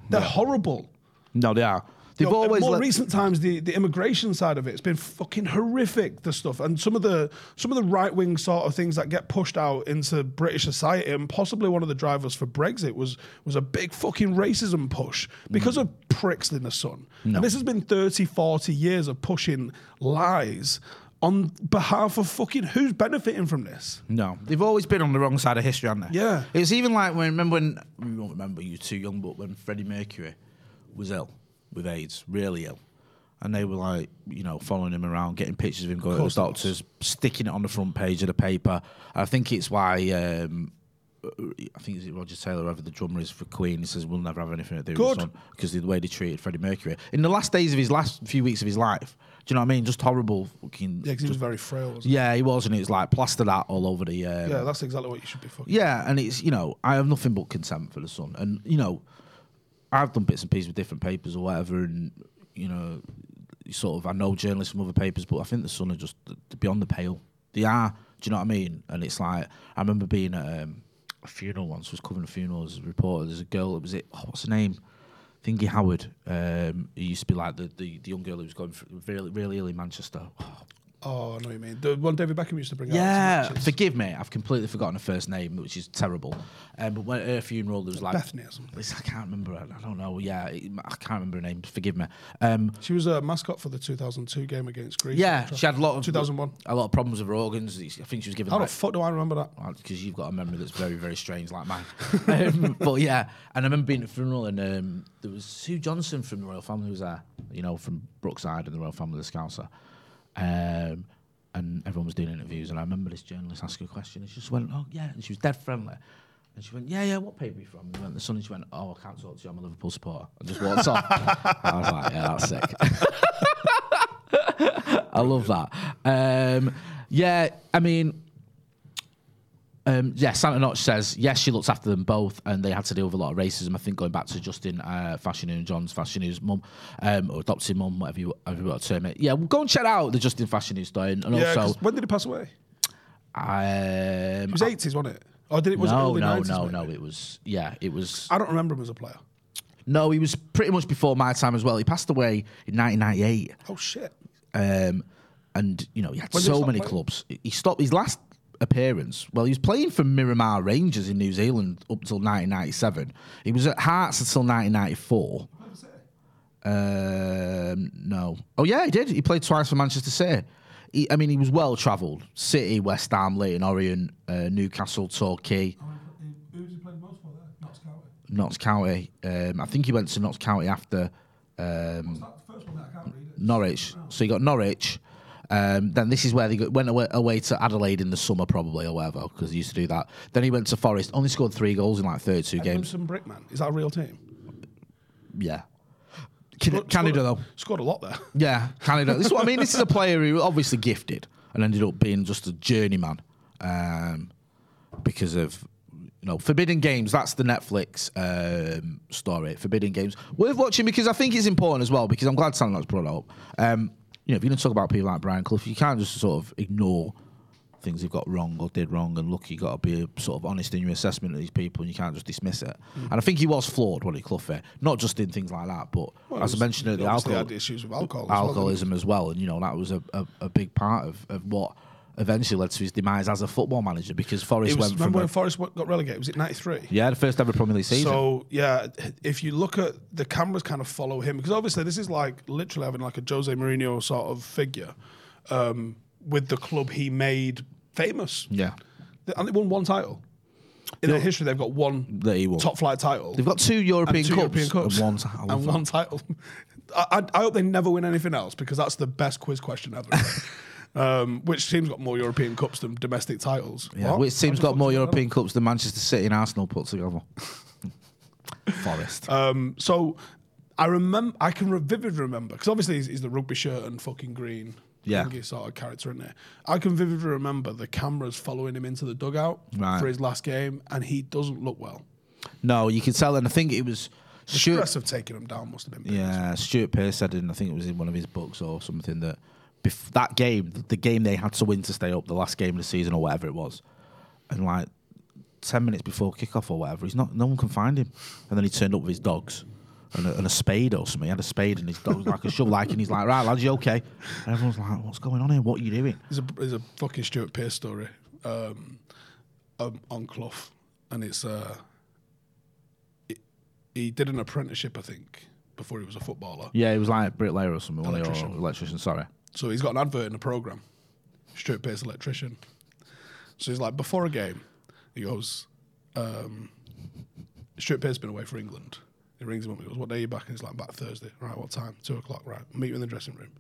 S2: They're horrible.
S3: No, they are. They've
S2: You know,
S3: always
S2: more
S3: let-
S2: recent times the, the immigration side of it, it's been fucking horrific. The stuff and some of the some of the right wing sort of things that get pushed out into British society, and possibly one of the drivers for Brexit was was a big fucking racism push because of pricks in the sun. And this has been 30, 40 years of pushing lies on behalf of fucking who's benefiting from this.
S3: No, they've always been on the wrong side of history, haven't they?
S2: Yeah.
S3: It's even like when remember when you won't remember you were too young, but when Freddie Mercury was ill with AIDS, really ill, and they were like you know following him around, getting pictures of him going to the
S2: course it was.
S3: doctors, sticking it on the front page of the paper. I think it's why. Um, I think it's Roger Taylor, whoever the drummer is for Queen, he says we'll never have anything to do with
S2: Good.
S3: this one because of the way they treated Freddie Mercury in the last days of his last few weeks of his life. Do you know what I mean? Just horrible fucking.
S2: Yeah, 'cause he
S3: just-
S2: was very frail. Wasn't he?
S3: yeah, he was, and it was like plastered out all over the. Um,
S2: Yeah, that's exactly what you should be fucking.
S3: yeah, and it's you know I have nothing but contempt for the Sun, and you know I've done bits and pieces with different papers or whatever, and you know sort of I know journalists from other papers, but I think the Sun are just th- beyond the pale. They are, do you know what I mean? And it's like I remember being at um, a funeral once, was covering a funeral as a reporter. There's a girl that was it. Oh, what's her name? Thingy Howard. Um, who used to be like the, the, the young girl who was going for really really ill in Manchester.
S2: Oh, I know what you mean. The one David Beckham used to bring
S3: Yeah,
S2: out. to matches.
S3: forgive me. I've completely forgotten her first name, which is terrible. Um, but when at her funeral, there was like
S2: Bethany or something.
S3: It's- I can't remember. I don't know. Yeah, it, I can't remember her name. Forgive me. Um,
S2: She was a mascot for the 2002 game against Greece.
S3: yeah, she had a lot of
S2: 2001.
S3: a lot of problems with her organs. I think she was given
S2: How
S3: like,
S2: the fuck do I remember that?
S3: because you've got a memory that's very, very strange, like mine. um, but yeah, and I remember being at a funeral, and um, there was Sue Johnson from the royal family who was there, you know, from Brookside and the royal family, the Scouser. Um, and everyone was doing interviews, and I remember this journalist asking a question, and she just went, "Oh yeah," and she was dead friendly. And she went, yeah, yeah, what paper are you from? And we went, the Sun. And she went, oh, I can't talk to you. I'm a Liverpool supporter. And just walked off. I was like, yeah, that's sick. I love that. Um, yeah, I mean, um, yeah, Santa Notch says, yes, she looks after them both, and they had to deal with a lot of racism. I think going back to Justin uh, Fashion and John's Fashion News mum, um, or adopted mum, whatever you, whatever you want to term it. Yeah, well, go and check out the Justin Fashion News story. And, and
S2: Yeah, 'cause
S3: also,
S2: when did he pass away?
S3: um,
S2: It was eighties, wasn't it? Or did it was it
S3: no,
S2: early
S3: no,
S2: 90s,
S3: no,
S2: maybe?
S3: no. It was, yeah, it was.
S2: I don't remember him as a player.
S3: No, he was pretty much before my time as well. He passed away in 1998.
S2: Oh shit!
S3: Um, and you know he had
S2: When did he
S3: so
S2: stop
S3: many
S2: playing?
S3: clubs. He stopped his last appearance. Well, he was playing for Miramar Rangers in New Zealand up till 1997. He was at Hearts until 1994. Um, no. Oh yeah, he did. He played twice for Manchester City. He, I mean, he was well travelled. City, West Ham, Leighton Orient, uh, Newcastle, Torquay,
S2: Who was he playing most for there? Not Scout.
S3: Notts County. Um, I think he went to Notts County after.
S2: That's
S3: Um,
S2: the first one that I can't read.
S3: Norwich. So you got Norwich. Um, then this is where they go, went away, away to Adelaide in the summer, probably or whatever, because he used to do that. Then he went to Forest, only scored three goals in like 32 games.
S2: Edmondson Brickman is that a real team?
S3: Yeah. Can- Canada,
S2: scored,
S3: though.
S2: scored a lot there.
S3: Yeah, Canada. this is what I mean. This is a player who obviously gifted and ended up being just a journeyman um, because of you know Forbidden Games. That's the Netflix um, story. Forbidden Games worth watching because I think it's important as well. Because I'm glad Sandlot's brought it up. Um, you know, if you're going to talk about people like Brian Clough, you can't just sort of ignore things you've got wrong or did wrong. And look, you got to be sort of honest in your assessment of these people, and you can't just dismiss it.
S2: Mm.
S3: And I think he was flawed, Wally Clough, eh? not just in things like that, but
S2: Well,
S3: as I
S2: it's-
S3: mentioned earlier, the
S2: obviously
S3: alcohol
S2: had issues with alcohol as well,
S3: alcoholism as well, and you know that was a, a, a big part of, of what eventually led to his demise as a football manager because Forrest
S2: It was,
S3: went from
S2: remember when
S3: a,
S2: Forest got relegated? Was it ninety three?
S3: yeah the first ever Premier League season.
S2: So yeah, if you look at the cameras, kind of follow him because obviously this is like literally having like a Jose Mourinho sort of figure um, with the club he made famous.
S3: yeah,
S2: They- and they won one title in their history. They've got one
S3: That he won.
S2: top flight title.
S3: they've got two European
S2: and two
S3: cups,
S2: European Cups
S3: and one. ti- I love
S2: and
S3: that.
S2: one title. I, I, I hope they never win anything else because that's the best quiz question ever. um, which team's got more European cups than domestic titles?
S3: Yeah,
S2: What?
S3: which team's
S2: How the
S3: got
S2: fuck
S3: more
S2: do you know that?
S3: European cups than Manchester City and Arsenal put together? Forest.
S2: Um, so I remember, I can re- vividly remember because obviously he's, he's the rugby shirt and fucking green,
S3: Yeah.
S2: thingy sort of character in there. I can vividly remember the cameras following him into the dugout
S3: Right.
S2: for his last game, and he doesn't look well.
S3: no, you could tell, and I think it was
S2: The
S3: Stuart
S2: stress of taking him down must have been. big.
S3: Yeah, Stuart Pearce said, in I think it was in one of his books or something that bef- that game, the game they had to win to stay up, the last game of the season or whatever it was, and like ten minutes before kickoff or whatever, he's not. No one can find him, and then he turned up with his dogs. And a, and a spade or something. He had a spade and his dog was like a shovel, like, and he's like, "Right, lads, you okay?" And everyone's like, "What's going on here? What are you doing?"
S2: There's a, there's a fucking Stuart Pearce story um, um, on Clough, and it's uh, he- he did an apprenticeship, I think, before he was a footballer.
S3: Yeah, he was like bricklayer or something. wasn't he? Or
S2: Electrician.
S3: electrician. Sorry.
S2: So he's got an advert in the program. Stuart Pearce, electrician. So he's like, before a game, he goes, um, Stuart Pearce has been away for England. He rings him up. He goes, what day are you back? And he's like, back Thursday. Right, what time? Two o'clock. Right, meet you in the dressing room.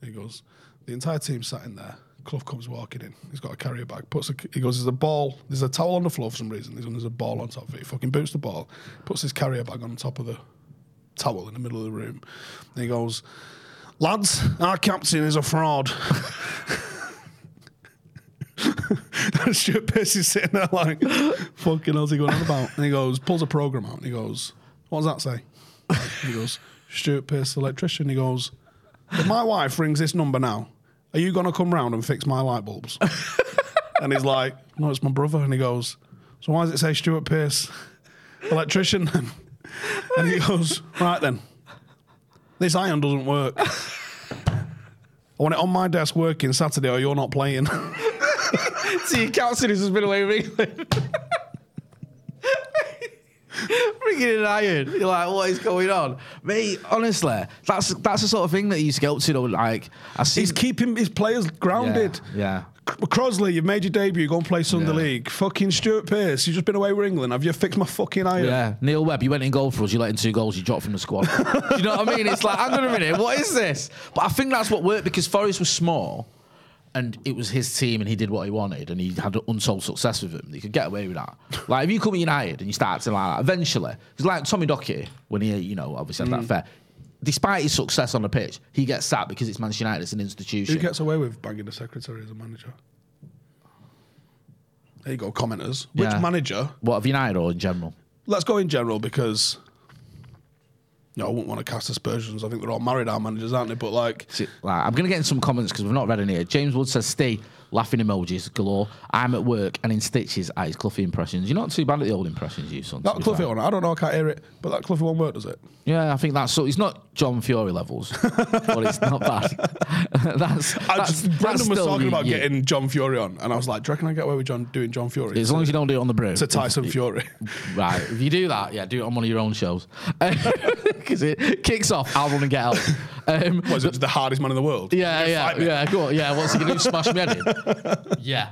S2: And he goes, the entire team sat in there. Clough comes walking in. He's got a carrier bag. Puts a, he goes, there's a ball. There's a towel on the floor for some reason. He's going, there's a ball on top of it. He fucking boots the ball. Puts his carrier bag on top of the towel in the middle of the room. And he goes, lads, our captain is a fraud. and Stuart Pearce is sitting there like, fucking hell's he going on about? And he goes, pulls a program out and he goes, what does that say? He goes, Stuart Pearce, electrician. He goes, if my wife rings this number now, are you going to come round and fix my light bulbs? and he's like, no, it's my brother. And he goes, so why does it say Stuart Pearce, electrician? and he goes, right then, this iron doesn't work. I want it on my desk working Saturday or you're not playing.
S3: See, your council has been away from England. Bringing in iron. You're like, what is going on? Mate, honestly, that's that's the sort of thing that he's guilty though. Like, I see.
S2: He's keeping his players grounded.
S3: Yeah,
S2: C- Crosley, you've made your debut. Go and play Sunday
S3: Yeah.
S2: League. Fucking Stuart Pearce, you've just been away with England. Have you fixed my fucking
S3: yeah.
S2: iron?
S3: Neil Webb, you went in goal for us. You let in two goals. You dropped from the squad. Do you know what I mean? It's like, hang on a minute, what is this? But I think that's what worked because Forest was small. and it was his team and he did what he wanted and he had untold success with him, you could get away with that. Like if you come at United and you start acting like that, eventually, because like Tommy Doherty, when he, you know, obviously had that fair, despite his success on the pitch, he gets sacked because it's Manchester United, it's an institution.
S2: Who gets away with banging the secretary as a manager? There you go, commenters. Which
S3: Yeah.
S2: manager?
S3: what of United or in general?
S2: Let's go in general because no, I wouldn't want to cast aspersions. I think they're all married, our managers, aren't they? But like,
S3: T- Like, I'm going to get in some comments because we've not read any here. James Wood says, Stay, laughing emojis galore. I'm at work and in stitches at his Cluffy impressions. You're not too bad at the old impressions, you son. to
S2: that
S3: be
S2: Cluffy
S3: fair.
S2: one, I don't know, I can't hear it, but that Cluffy one work does it?
S3: Yeah, I think that's so. It's not John Fiore levels, but it's not bad.
S2: I
S3: that's, that's-
S2: just,
S3: that's
S2: Brandon was
S3: still
S2: talking
S3: you-
S2: about
S3: you.
S2: getting John Fury on, and I was like, do you reckon I get away with John doing John Fury?
S3: As long as you don't do it on the brew.
S2: to Tyson Fury.
S3: Right. If you do that, yeah, do it on one of your own shows. Because it kicks off, I'll run and get help. Um,
S2: Was it the hardest man in the world?
S3: yeah, yeah,
S2: fight me.
S3: yeah, go on. Yeah, what's he going to do? Smash me head in?
S6: Yeah.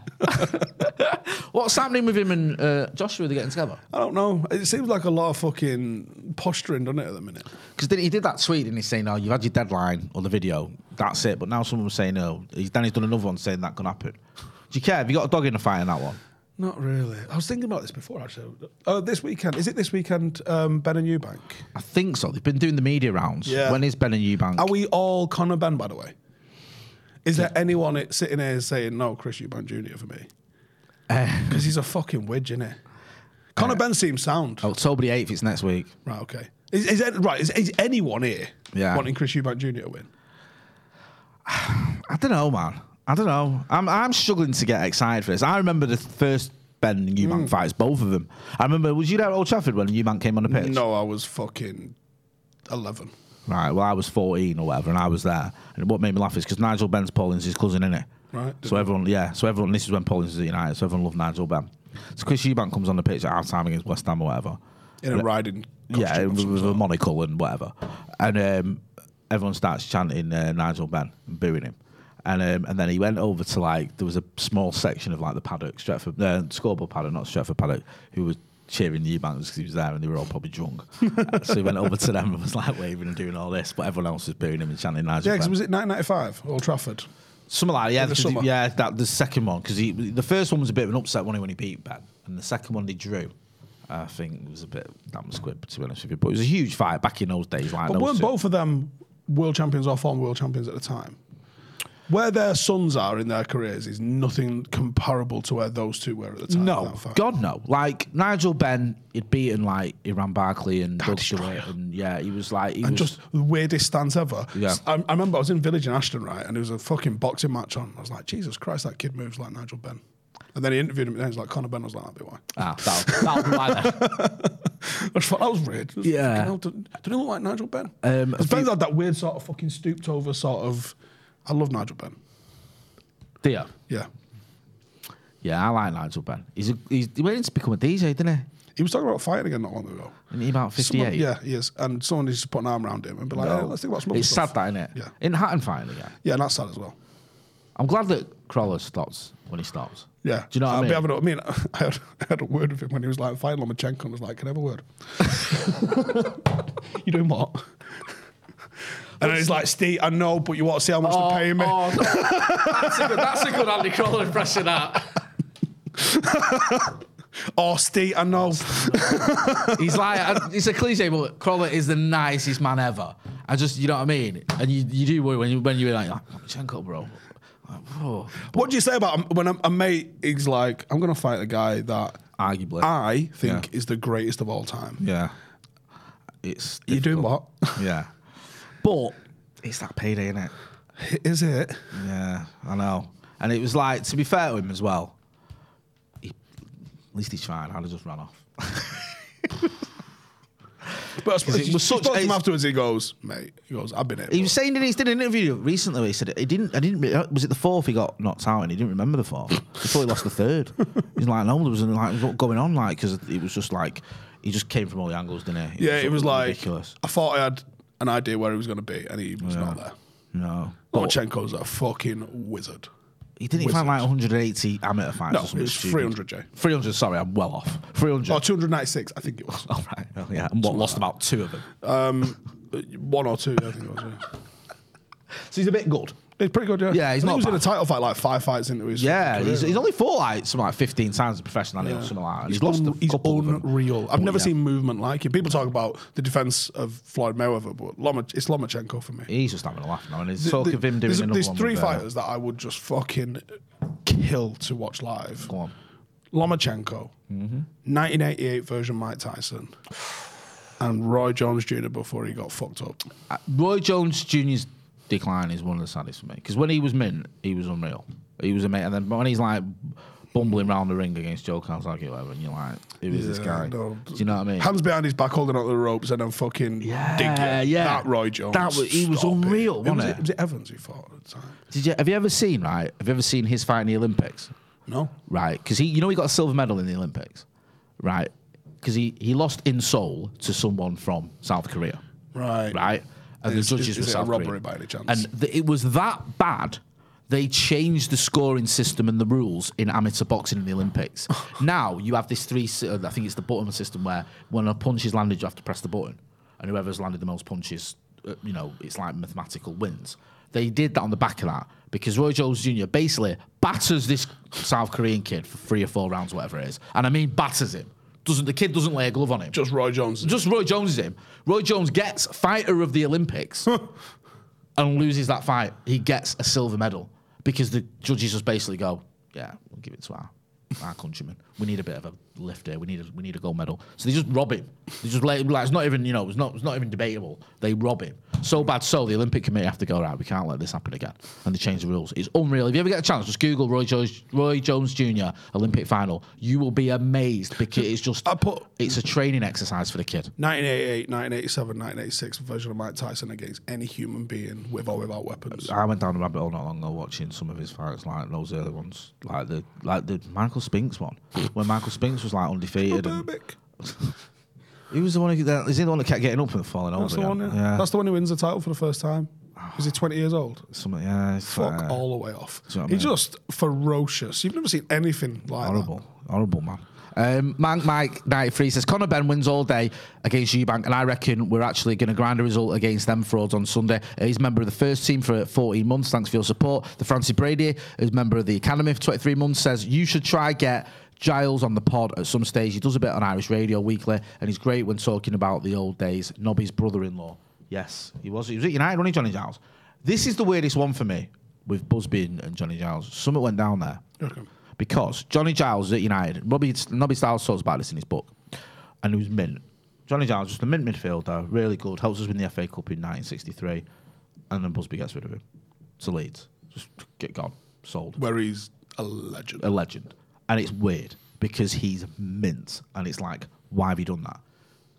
S3: What's happening with him and uh, Joshua? They're getting together?
S2: I don't know. It seems like a lot of fucking posturing, doesn't it, at the minute?
S3: Because he did that tweet and he's saying, "Oh, you've had your deadline on the video. That's it." But now someone was saying, "No," he's then he's done another one saying that can happen. Do you care? Have you got a dog in the fight in that one?
S2: Not really. I was thinking about this before, actually. Oh, this weekend. Is it this weekend, um, Ben and Eubank?
S3: I think so. They've been doing the media rounds.
S2: Yeah.
S3: When is Ben and Eubank?
S2: Are we all Conor Ben, by the way? Is there anyone it- sitting here saying, no, Chris Eubank Jr. for me?
S3: Eh.
S2: Because he's a fucking widge, isn't he? Conor Ben seems sound.
S3: October the eighth. It's next week.
S2: Right, okay. Is, is, that- right, is, is anyone here
S3: Yeah.
S2: wanting Chris Eubank Jr. to win?
S3: I don't know, man. I don't know. I'm I'm struggling to get excited for this. I remember the first Ben and Eubank fights, both of them. I remember. Was you there at Old Trafford when Eubank came on the pitch?
S2: No, I was fucking 11.
S3: Right. Well, I was 14 or whatever, and I was there. And what made me laugh is because Nigel Ben's Paulins' his cousin, innit?
S2: Right.
S3: So everyone, yeah. So everyone, this is when Paulins is at United. So everyone loved Nigel Ben. So Chris Eubank comes on the pitch at half time against West Ham or whatever.
S2: In a riding costume
S3: yeah,
S2: of
S3: with,
S2: some
S3: with
S2: sort.
S3: a monocle and whatever. And um, everyone starts chanting uh, Nigel Ben and booing him. And um, and then he went over to like there was a small section of like the paddock, Stretford, uh, scoreboard paddock, not Stretford paddock, who was cheering Eubanks because he was there and they were all probably drunk. so he went over to them and was like waving and doing all this, but everyone else was booing him and chanting Nigel.
S2: Yeah, because
S3: Ben.
S2: was it 1995, Old Trafford?
S3: Something like that, yeah,
S2: the
S3: 'cause he-
S2: summer.
S3: yeah. That the second one because the first one was a bit of an upset one when he beat Ben, and the second one they drew. I think was a bit that was good to be honest with you, but it was a huge fight back in those days. Like
S2: But
S3: those
S2: weren't
S3: two.
S2: both of them world champions or former world champions at the time? Where their sons are in their careers is nothing comparable to where those two were at the time.
S3: No,
S2: that fact.
S3: God no. Like Nigel Ben, he'd beaten like Iran Barkley and Doug Stewart, and yeah, he was like he
S2: And
S3: was
S2: just the weirdest stance ever.
S3: Yeah.
S2: S- I, I remember I was in Village in Ashton, right? And there was a fucking boxing match on. I was like, Jesus Christ, that kid moves like Nigel Ben. And then he interviewed him, and he was like, Conor Ben. I was like, that'd be why.
S3: ah, that'll, that'll be why then.
S2: I just thought that was weird. Just
S3: Yeah.
S2: fucking hell, Did did he look like Nigel Ben?
S3: Um,
S2: 'Cause Ben's had that weird sort of fucking stooped over sort of. I love Nigel Ben.
S3: Theo.
S2: Yeah.
S3: Yeah, I like Nigel Ben. He's a, he's he went in to become a DJ, didn't he?
S2: He was talking about fighting again not long ago.
S3: Isn't he about
S2: Someone-
S3: 58?
S2: yeah, he is. And someone needs to put an arm around him and be like, "Hey, let's think about some other
S3: It's
S2: stuff."
S3: sad that, isn't it?
S2: Yeah.
S3: In Hatton fighting again.
S2: Yeah, and that's sad as well.
S3: I'm glad that Crawler stops when he stops.
S2: Yeah.
S3: Do you know what I
S2: I'll
S3: mean?
S2: Be having a, I mean, I had, I had a word with him when he was like, fighting Lomachenko and was like, can I have a word? you doing what? And then he's like, Steve, I know, but you want to see how much they're paying me?
S6: Oh, that's, a good, that's a good Andy Crawler impression, that.
S2: Oh, Steve, I know.
S3: He's like, uh, it's a cliche, but Crawler is the nicest man ever. I just, you know what I mean? And you, you do worry when you when you're like, oh, Lomachenko, bro. Like, whoa.
S2: What do you say about him when a, a mate is like, I'm going to fight a guy that
S3: Arguably.
S2: I think
S3: Yeah.
S2: is the greatest of all time?
S3: yeah. It's
S2: You doing
S3: difficult.
S2: what?
S3: Yeah. But it's that payday, innit?
S2: Is it?
S3: Yeah, I know. And it was like, to be fair to him as well, he, at least he tried. I'd have just run off.
S2: But I suppose
S3: it was
S2: you
S3: such
S2: spoke to him
S3: a-
S2: afterwards. He goes, mate. He goes, I've been here.
S3: He
S2: bro."
S3: was saying that he did an interview recently. Where he said he didn't. I didn't. re- Was it the fourth he got knocked out and he didn't remember the fourth? He thought he lost the third. He's like, no, there was like what going on, like because it was just like he just came from all the angles, didn't he?
S2: Yeah, it was like
S3: ridiculous.
S2: I thought I had an idea where he was going to be, and he was not there.
S3: No, but
S2: Lomachenko's a fucking wizard.
S3: he didn't find like 180 amateur fights.
S2: No,
S3: or
S2: it
S3: something
S2: was
S3: stupid.
S2: 300, Jay.
S3: 300. Sorry, I'm well off. 300.
S2: Or 296, I think it was.
S3: all right. Well, yeah, and what lost about two of them.
S2: Um, one or two, I think it was. yeah.
S3: So he's a bit good.
S2: He's pretty good, yeah.
S3: Yeah, he's
S2: I think
S3: not
S2: He was in
S3: bad.
S2: a title fight like five fights into his.
S3: Yeah,
S2: career.
S3: he's, he's only fought like something like 15 times as a professional, yeah. or something like that. He's, lost
S2: un-
S3: a
S2: he's
S3: couple of them.
S2: unreal. I've
S3: But
S2: never
S3: yeah.
S2: seen movement like him. People talk about the defense of Floyd Mayweather, but Loma, it's Lomachenko for me.
S3: He's just having a laugh now, and he's
S2: The-
S3: talking
S2: the-
S3: of him doing
S2: there's,
S3: another
S2: there's
S3: one
S2: three
S3: with, uh,
S2: fighters that I would just fucking kill to watch live.
S3: Go on.
S2: Lomachenko,
S3: Mm-hmm.
S2: 1988 version Mike Tyson, and Roy Jones Jr. before he got fucked up.
S3: Uh, Roy Jones Jr.'s decline is one of the saddest for me because when he was mint, he was unreal. He was amazing, and then when he's like bumbling around the ring against Joe Calzaghe, whatever, and you're like, who is this
S2: Yeah,
S3: guy?
S2: no.
S3: Do you know what I mean?
S2: Hands behind his back, holding onto the ropes, and then fucking
S3: Yeah,
S2: digging.
S3: yeah.
S2: That Roy Jones.
S3: That was- he was
S2: Stop it.
S3: unreal,
S2: Who
S3: wasn't
S2: was
S3: it?
S2: it? Was it Evans who fought at the time?
S3: Did you, have you ever seen right? Have you ever seen his fight in the Olympics?
S2: No.
S3: right? Because he, you know, he got a silver medal in the Olympics, right? Because he, he lost in Seoul to someone from South Korea,
S2: Right.
S3: right? And
S2: Is-
S3: the judges
S2: is-
S3: were
S2: is it a
S3: South
S2: robbery
S3: Korea.
S2: by any chance?
S3: And th- it was that bad. They changed the scoring system and the rules in amateur boxing in the Olympics. now you have this three. si- uh, I think it's the button system where when a punch is landed, you have to press the button, and whoever's landed the most punches, uh, you know, it's like mathematical wins. They did that on the back of that because Roy Jones Jr. basically batters this South Korean kid for three or four rounds, whatever it is, and I mean batters him. Doesn't the kid doesn't lay a glove on him?
S2: Just Roy Jones.
S3: just Roy Jones is him. Roy Jones gets fighter of the Olympics and loses that fight. He gets a silver medal because the judges just basically go, yeah, we'll give it to our, our countrymen. We need a bit of a lift here. We need a, we need a gold medal. So they just rob him. They just let him, like, it's not even, you know, it's not, it's not even debatable. They rob him. So bad so, the Olympic Committee have to go, right, we can't let this happen again. And they change the rules. It's unreal. If you ever get a chance, just Google Roy Jones, Roy Jones Jr. Olympic final. You will be amazed because it's just,
S2: I put-
S3: it's a training exercise for the kid.
S2: 1988, 1987, 1986 version of Mike Tyson against any human being with or without weapons.
S3: I went down a rabbit hole not long ago watching some of his fights, like those early ones, like the like the Michael Spinks one, when Michael Spinks was like
S2: Oh,
S3: undefeated. And
S2: Burbick.
S3: he was the one. Who, is he the one that kept getting up and falling
S2: That's
S3: over?
S2: the one.
S3: again?
S2: Yeah. That's the one who wins the title for the first time. Is he 20 years old?
S3: Something, yeah, it's uh,
S2: Fuck
S3: like,
S2: all the way off.
S3: you know what I
S2: He's
S3: mean?
S2: just ferocious. You've never seen anything like
S3: horrible, horrible man. Um, Mank Mike ninety three says Connor Ben wins all day against Eubank, and I reckon we're actually going to grind a result against them frauds on Sunday. Uh, he's member of the first team for 14 months. Thanks for your support. The Francie Brady, who's member of the academy for 23 months, says you should try get Giles on the pod at some stage. He does a bit on Irish Radio Weekly, and he's great when talking about the old days. Nobby's brother-in-law. Yes, he was. He was at United, only Johnny Giles. This is the weirdest one for me with Busby and and Johnny Giles. Summit went down there
S2: that. Okay.
S3: because Johnny Giles at United, Robbie, Robbie Styles talks about this in his book, and he was mint. Johnny Giles, just a mint midfielder, really good, helps us win the FA Cup in 1963, and then Busby gets rid of him to Leeds. Just get gone, sold
S2: Where he's a legend.
S3: a legend, and it's weird because he's mint, and it's like, why have you done that?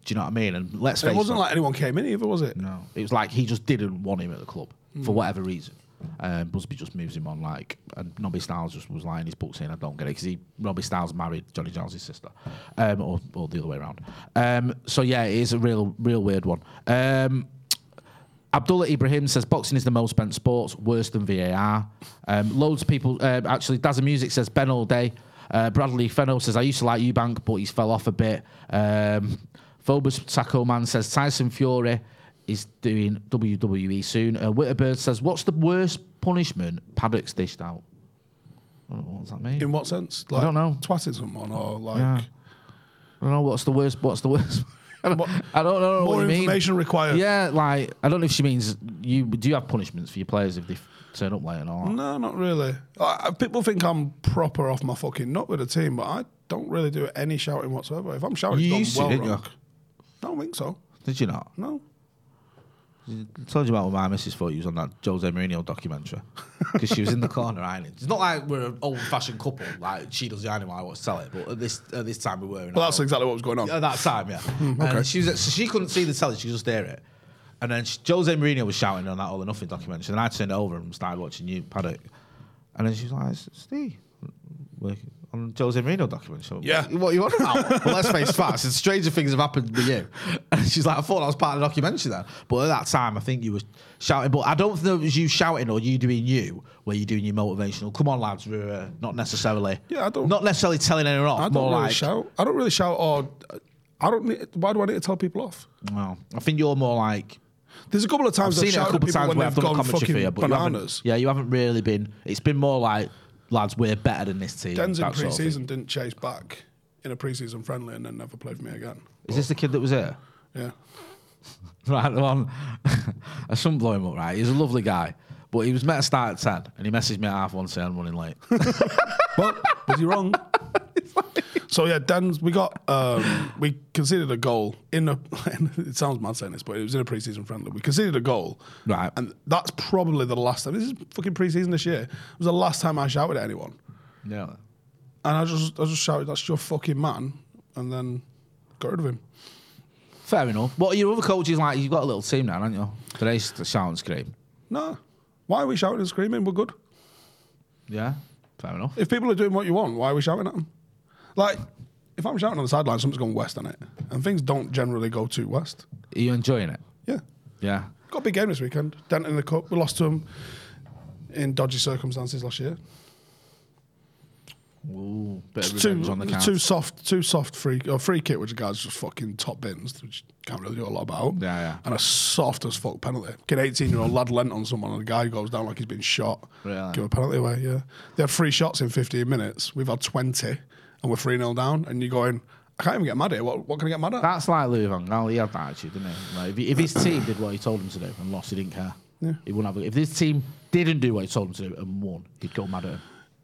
S3: Do you know what I mean? And let's face
S2: it wasn't
S3: it,
S2: like anyone came in either, was it?
S3: no, it was like he just didn't want him at the club for whatever reason. Um, Busby just moves him on, like, and Nobby Styles just was lying in his book saying, I don't get it, because he, Robbie Styles married Johnny Giles' sister, um, or, or the other way around. Um, so, yeah, it is a real, real weird one. Um, Abdullah Ibrahim says boxing is the most spent sports, worse than VAR. Um, loads of people, uh, actually, Dazza Music says Ben all day. Uh, Bradley Fennell says I used to like Eubank, but he's fell off a bit. Um, Phobos Taco Man says Tyson Fury is doing WWE soon. Uh, Whitterbird says what's the worst punishment Paddock's dished out? I don't know, what does that mean?
S2: In what sense? Like,
S3: don't know.
S2: Twatting someone or like.
S3: Yeah. I don't know what's the worst. What's the worst? I don't, I don't know
S2: More
S3: what you mean.
S2: information required.
S3: Yeah, like I don't know if she means you. Do you have punishments for your players if they f- turn up late and all? that?
S2: No, not really. I, I- people think I'm proper off my fucking nut with the team, but I don't really do any shouting whatsoever. If I'm shouting,
S3: You
S2: it's
S3: used to,
S2: gone well
S3: didn't you?
S2: wrong. Don't think so.
S3: Did you not?
S2: No.
S3: I told you about what my missus thought you was on that Jose Mourinho documentary because she was in the corner ironing. It's not like we're an old-fashioned couple. Like she does the ironing, while I want to sell it. But at this at this time we were. in
S2: Well,
S3: our
S2: that's
S3: old-
S2: exactly what was going on.
S3: At that time, yeah. And she was, so she couldn't see the telly; she could just hear it. And then she, Jose Mourinho was shouting on that All or Nothing documentary. And I turned it over and started watching you, Paddock. And then she was like, "Steve, working on Jose Mourinho documentary."
S2: Yeah.
S3: What you on about? well, let's face facts. It's stranger things have happened with you. And she's like, "I thought that was part of the documentary then." But at that time, I think you were shouting. But I don't know if it was you shouting or you doing you, where you're doing your motivational. Come on, lads. We're uh, not necessarily.
S2: Yeah, I don't-
S3: Not necessarily telling anyone off.
S2: I don't
S3: more
S2: really
S3: like,
S2: shout. "Oh, I don't really shout or I don't need, why do I need to tell people off?
S3: Well, I think you're more like
S2: There's a couple of times
S3: I've
S2: I've
S3: seen it a
S2: shouted at
S3: couple of
S2: people
S3: times
S2: when
S3: where I've
S2: they've
S3: done a
S2: gone
S3: commentary for
S2: fucking
S3: you, but
S2: bananas.
S3: you haven't, yeah, you haven't really been. It's been more like, lads, we're better than this team.
S2: Den's in
S3: that sort of thing.
S2: pre-season didn't chase back in a pre-season friendly and then never played for me again.
S3: Is this the kid that was here?
S2: Yeah.
S3: Right, the one. I shouldn't blow him up, right? He's a lovely guy, but he was meant to start at 10 and he messaged me at half one saying I'm running late.
S2: Well, was you wrong? so yeah, Dan's. We got um, we conceded a goal in a. It sounds mad saying this, but it was in a preseason friendly. We conceded a goal,
S3: Right.
S2: And that's probably the last time. This is fucking preseason this year. It was the last time I shouted at anyone,
S3: yeah.
S2: and I just I just shouted, "That's your fucking man," and then got rid of him.
S3: Fair enough. What are your other coaches like? You've got a little team now, haven't you? Do they st- shout and scream?
S2: Nah, why are we shouting and screaming? We're good.
S3: Yeah. Fair enough.
S2: If people are doing what you want, why are we shouting at them? Like, if I'm shouting on the sideline, something's going west on it, and things don't generally go too west.
S3: Are you enjoying it?
S2: Yeah.
S3: Yeah.
S2: Got a big game this weekend. Denton in the cup. We lost to them in dodgy circumstances last year.
S3: Ooh, bit of
S2: Too,
S3: revenge on the count.
S2: too soft, too soft free or free kick, which the guys just fucking top bins, which can't really do a lot about.
S3: Yeah, yeah.
S2: And a soft as fuck penalty. An eighteen year old lad lent on someone, and the guy goes down like he's been shot.
S3: Really?
S2: Give a penalty away. Yeah, they had three shots in fifteen minutes. We've had twenty, and we're three 0 down. And you're going, I can't even get mad at it. What, what can I get mad at?
S3: That's like Louis Van Gaal. He had that attitude, didn't he? Like, if, he- if his team did what he told him to do and lost, he didn't care. He wouldn't have. A, if his team didn't do what he told him to do and won, he'd go mad at him.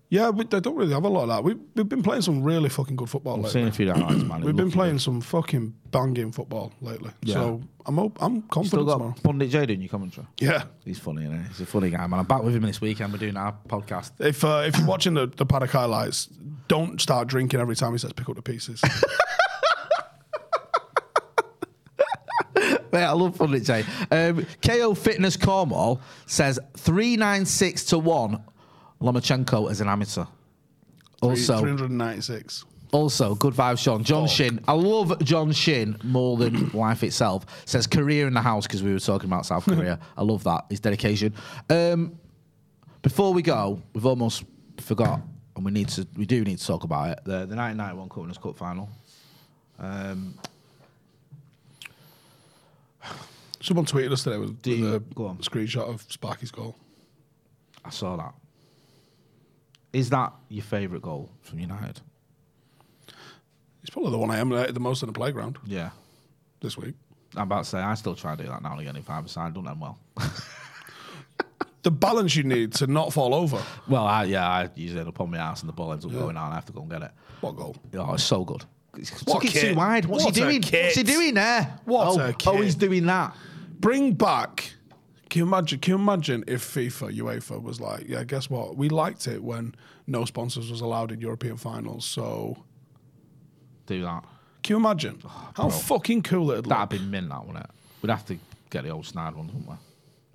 S2: yeah, we, they don't really have a lot of that. We, we've been playing some really fucking good football
S3: I've
S2: lately.
S3: seen a few highlights, man. It
S2: We've been
S3: looked
S2: playing
S3: good.
S2: some fucking banging football lately.
S3: Yeah.
S2: So I'm op- I'm
S3: Still
S2: confident tomorrow.
S3: got Pundit Jade in your commentary.
S2: Yeah.
S3: He's funny, innit? He's a funny guy, man. I'm back with him this weekend. We're doing our podcast.
S2: If uh, if you're watching the, the paddock highlights, don't start drinking every time he says pick up the pieces.
S3: Mate, I love Pundit Jade. Um, KO Fitness Cornwall says 396 to 1 Lomachenko as an amateur. Also,
S2: 396.
S3: Also, good vibes, Sean. John Shin. I love John Shin more than life itself. Says career in the house because we were talking about South Korea. I love that. His dedication. Um, before we go, we've almost forgot, and we need to. We do need to talk about it. The the 1991 Cup Cup final. Um,
S2: Someone tweeted us today with,
S3: Do you-
S2: with a
S3: go on.
S2: screenshot of Sparky's goal.
S3: I saw that. Is that your favourite goal from United?
S2: It's probably the one I emulated the most in the playground
S3: Yeah.
S2: this week.
S3: I'm about to say I still try to do that now and again if I'm side. Don't end well.
S2: The balance you need to not fall over.
S3: well, I, yeah, I usually end up on my ass and the ball ends up going out. I have to go and get it.
S2: What goal?
S3: Oh, it's so good.
S2: What
S3: Took it
S2: kit?
S3: too wide. What's
S2: What
S3: he
S2: a
S3: doing? What's he
S2: kit?
S3: doing there?
S2: What
S3: oh,
S2: a
S3: oh,
S2: kit.
S3: he's doing that.
S2: Bring back. Can you imagine? Can you imagine if FIFA, UEFA was like, yeah, guess what? We liked it when no sponsors was allowed in European finals, so
S3: Do that.
S2: Can you imagine? How fucking cool it'd
S3: Oh, That'd
S2: look.
S3: be mint, that wouldn't it? We'd have to get the old snide one, wouldn't we?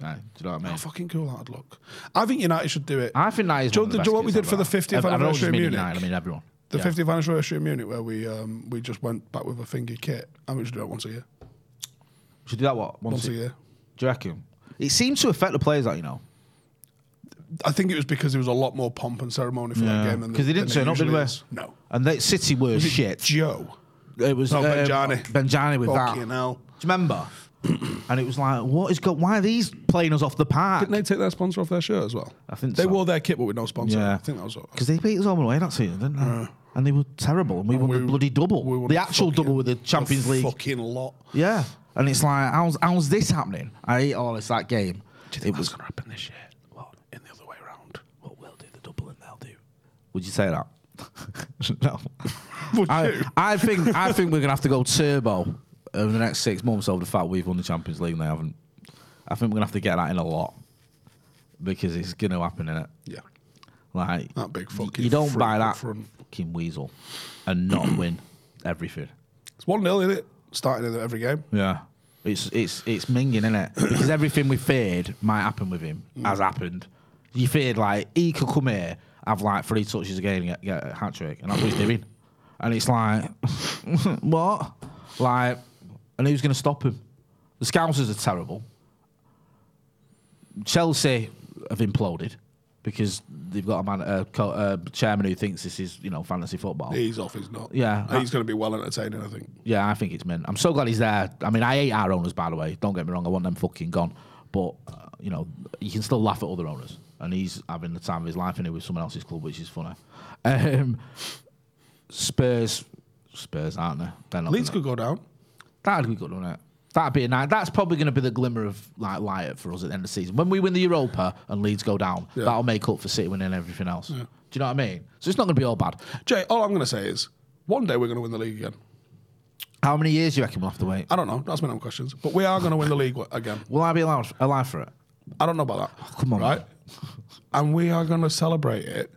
S3: Yeah, do you know what I
S2: How
S3: mean?
S2: fucking cool that'd look. I think United should do it.
S3: I think that is.
S2: Do you
S3: one of
S2: know-
S3: the best
S2: do you know what we
S3: kits
S2: did for
S3: ever.
S2: the 50th
S3: I- I don't
S2: anniversary
S3: just
S2: of
S3: mean
S2: Munich?
S3: United, I mean everyone.
S2: the
S3: Yeah.
S2: 50th anniversary of Munich, where we um, we just went back with a finger kit, and we just do it once a year.
S3: Should do that what once,
S2: Once a year.
S3: Do you reckon? It seems to affect the players, that you know.
S2: I think it was because there was a lot more pomp and ceremony for that game than
S3: Because they didn't
S2: than
S3: turn
S2: it
S3: up, did
S2: usually
S3: they?
S2: is. No.
S3: And they, City were shit.
S2: Joe.
S3: It was
S2: No,
S3: um,
S2: Oh, Benjani.
S3: Benjani with that.
S2: Fucking hell.
S3: Do you remember? and it was like, what is going? Why are these playing us off the park?
S2: Didn't they take their sponsor off their shirt as well?
S3: I think
S2: they
S3: so.
S2: wore their kit but with no sponsor.
S3: Yeah.
S2: I think that was all.
S3: Because they beat us all the way that season, didn't they? and they were terrible, and we won
S2: We-
S3: the bloody double,
S2: we won
S3: the actual
S2: fucking-
S3: double with the Champions
S2: a
S3: League.
S2: Fucking lot.
S3: Yeah, and it's like, how's how's this happening? I hate all this that game. it was.
S2: going to happen this year. Well, in the other way around.
S3: Well, we'll do the double, and they'll do. Would you say that? no.
S2: Would
S3: I,
S2: you?
S3: I think I think we're gonna have to go turbo over the next six months over the fact we've won the Champions League and they haven't. I think we're gonna have to get that in a lot because it's gonna happen, innit?
S2: Yeah.
S3: Like
S2: That big
S3: y-
S2: fucking
S3: You don't
S2: fruit
S3: buy
S2: up
S3: that
S2: front.
S3: fucking weasel and not win everything.
S2: It's 1 0, isn't it? Starting in every game.
S3: Yeah. It's it's it's minging, isn't it? Because everything we feared might happen with him has happened. You feared like he could come here, have like three touches again, and get, get a hat trick, and that's what he's doing. And it's like, what? Like, and who's going to stop him? The Scousers are terrible. Chelsea have imploded. because they've got a man, a, co- a chairman who thinks this is you know fantasy football.
S2: He's off, he's not.
S3: Yeah.
S2: And he's going to be well entertaining, I think.
S3: Yeah, I think it's mint. I'm so glad he's there. I mean, I hate our owners, by the way. Don't get me wrong. I want them fucking gone. But, uh, you know, you can still laugh at other owners. And he's having the time of his life in it with someone else's club, which is funny. Um, Spurs. Spurs, aren't they? They're not
S2: Leeds
S3: gonna-
S2: could go down.
S3: That'd be good, wouldn't it? That'd be a night. That's probably going to be the glimmer of like light for us at the end of the season. When we win the Europa and Leeds go down,
S2: Yeah.
S3: that'll make up for City winning everything else. Do you know what I mean? So it's not going to be all bad.
S2: Jay, all I'm going to say is one day we're going to win the league again.
S3: How many years do you reckon we'll have to wait?
S2: I don't know. That's my own questions. But we are going to win the league w- again.
S3: Will I be allowed alive for it?
S2: I don't know about that.
S3: Oh, come on,
S2: Right?
S3: man.
S2: And we are going to celebrate it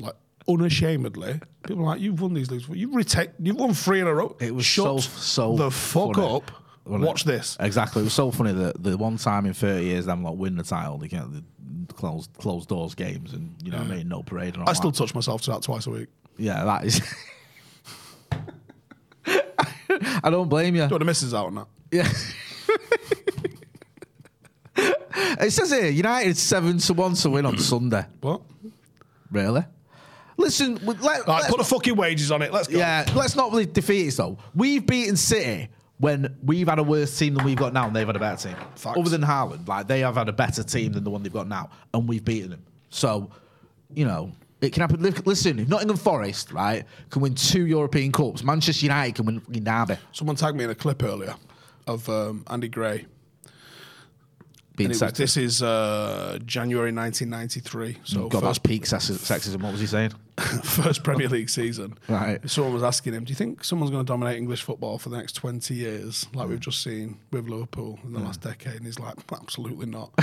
S2: like unashamedly. People are like, you've won these leagues. You've, reta- you've won three in a row.
S3: It was
S2: Shut
S3: so so
S2: the fuck
S3: funny.
S2: up.
S3: Wasn't it?
S2: Watch this.
S3: Exactly, it was so funny that the one time in thirty years them like win the title, they get the closed closed doors games, and you know what I mean, no parade. And all
S2: I still
S3: that.
S2: touch myself to that twice a week.
S3: yeah, that is. I don't blame you.
S2: But the missus out on that.
S3: Yeah. it says here United seven to one to win on Sunday.
S2: What?
S3: Really? Listen, w- let,
S2: All right,
S3: let's
S2: put the fucking wages on it. Let's go.
S3: Yeah, let's not really defeat it though. We've beaten City when we've had a worse team than we've got now, and they've had a better team.
S2: Facts.
S3: Other than Haaland, like they have had a better team than the one they've got now, and we've beaten them. So, you know, it can happen. Look, Listen, if Nottingham Forest, right, can win two European Cups, Manchester United can win fucking Derby.
S2: Someone tagged me in a clip earlier of um, Andy Gray.
S3: Being
S2: And it was,
S3: sexist.
S2: this is uh, January 1993. So
S3: God, that's
S2: first,
S3: peak sexis- sexism. What was he saying?
S2: first Premier League season.
S3: Right.
S2: Someone was asking him, "Do you think someone's going to dominate English football for the next 20 years, like we've just seen with Liverpool in the last decade?" And he's like, "Absolutely not.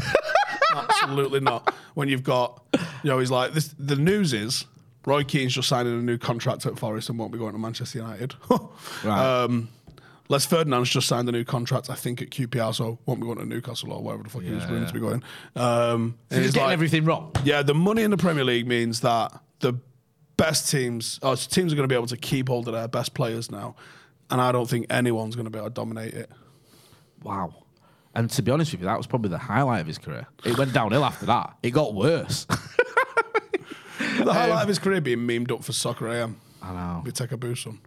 S2: Absolutely not." When you've got, you know, he's like, this, "The news is." Roy Keane's just signing a new contract at Forest and won't be going to Manchester United.
S3: Right.
S2: Um, Les Ferdinand's just signed a new contract, I think, at QPR, so won't be going to Newcastle or wherever the fuck he was rumored to be going. Um,
S3: So he's
S2: it's
S3: getting
S2: like-
S3: everything wrong.
S2: yeah, the money in the Premier League means that the best teams, oh, so teams are going to be able to keep hold of their best players now, and I don't think anyone's going to be able to dominate it.
S3: Wow. And to be honest with you, that was probably the highlight of his career. It went downhill after that. It got worse.
S2: The highlight of his career being memed up for soccer AM. I
S3: know.
S2: We take a boost on.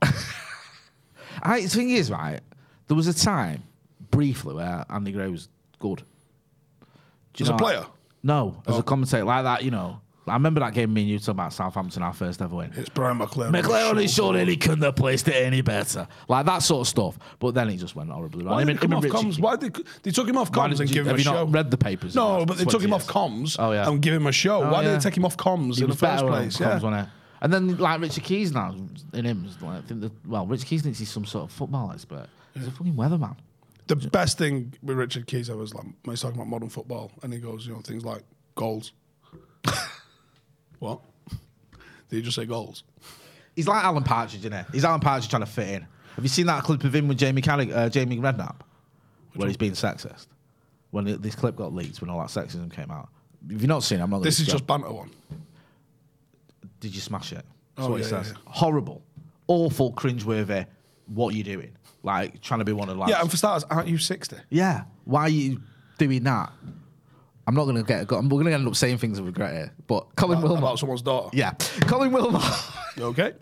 S3: I, the thing is, right, there was a time, briefly, where Andy Gray was good. Do
S2: As a
S3: know-
S2: player? Oh.
S3: No, as a commentator like that, you know. I remember that game me and you talking about Southampton, our first ever win.
S2: It's Brian McLaren.
S3: McLaren is sure he couldn't have placed it any better. Like that sort of stuff. But then he just went horribly wrong.
S2: Why
S3: Him
S2: did they
S3: and-
S2: come
S3: him
S2: off
S3: and Richie-
S2: comms? Why did they, they took him off
S3: Why
S2: comms
S3: did
S2: and
S3: you-
S2: give him a
S3: have you not
S2: show?
S3: read the papers in the
S2: No,
S3: last
S2: but they took
S3: 20
S2: him off
S3: years?
S2: comms
S3: Oh, yeah.
S2: and give him a show.
S3: Oh,
S2: Why
S3: yeah.
S2: did they take him off comms in
S3: He
S2: the
S3: was
S2: first
S3: better on
S2: place?
S3: comms,
S2: Yeah.
S3: wasn't he? And then like Richard Keys now in him is like I think that, well, Richard Keys thinks he's some sort of football expert. He's a fucking weatherman.
S2: The best thing with Richard Keys ever was like when he's talking about modern football, and he goes, you know, things like goals. what? Did you just say goals?
S3: He's like Alan Partridge, isn't he? He's Alan Partridge trying to fit in. Have you seen that clip of him with Jamie Carrig- uh, Jamie Redknapp, where he's being sexist? When th- this clip got leaked, when all that sexism came out. If you've not seen, it, I'm not.
S2: This is
S3: gonna-
S2: just banter one.
S3: Did you smash it? That's
S2: Oh,
S3: what he
S2: yeah, yeah,
S3: says.
S2: yeah.
S3: Horrible, awful, cringeworthy. What are you doing? Like trying to be one of the lads.
S2: Yeah, and for starters, aren't you sixty?
S3: Yeah. Why are you doing that? I'm not gonna get. I'm gonna end up saying things I regret here. But Colin Wilmot.
S2: About someone's daughter.
S3: yeah, Colin Wilmot.
S2: Okay.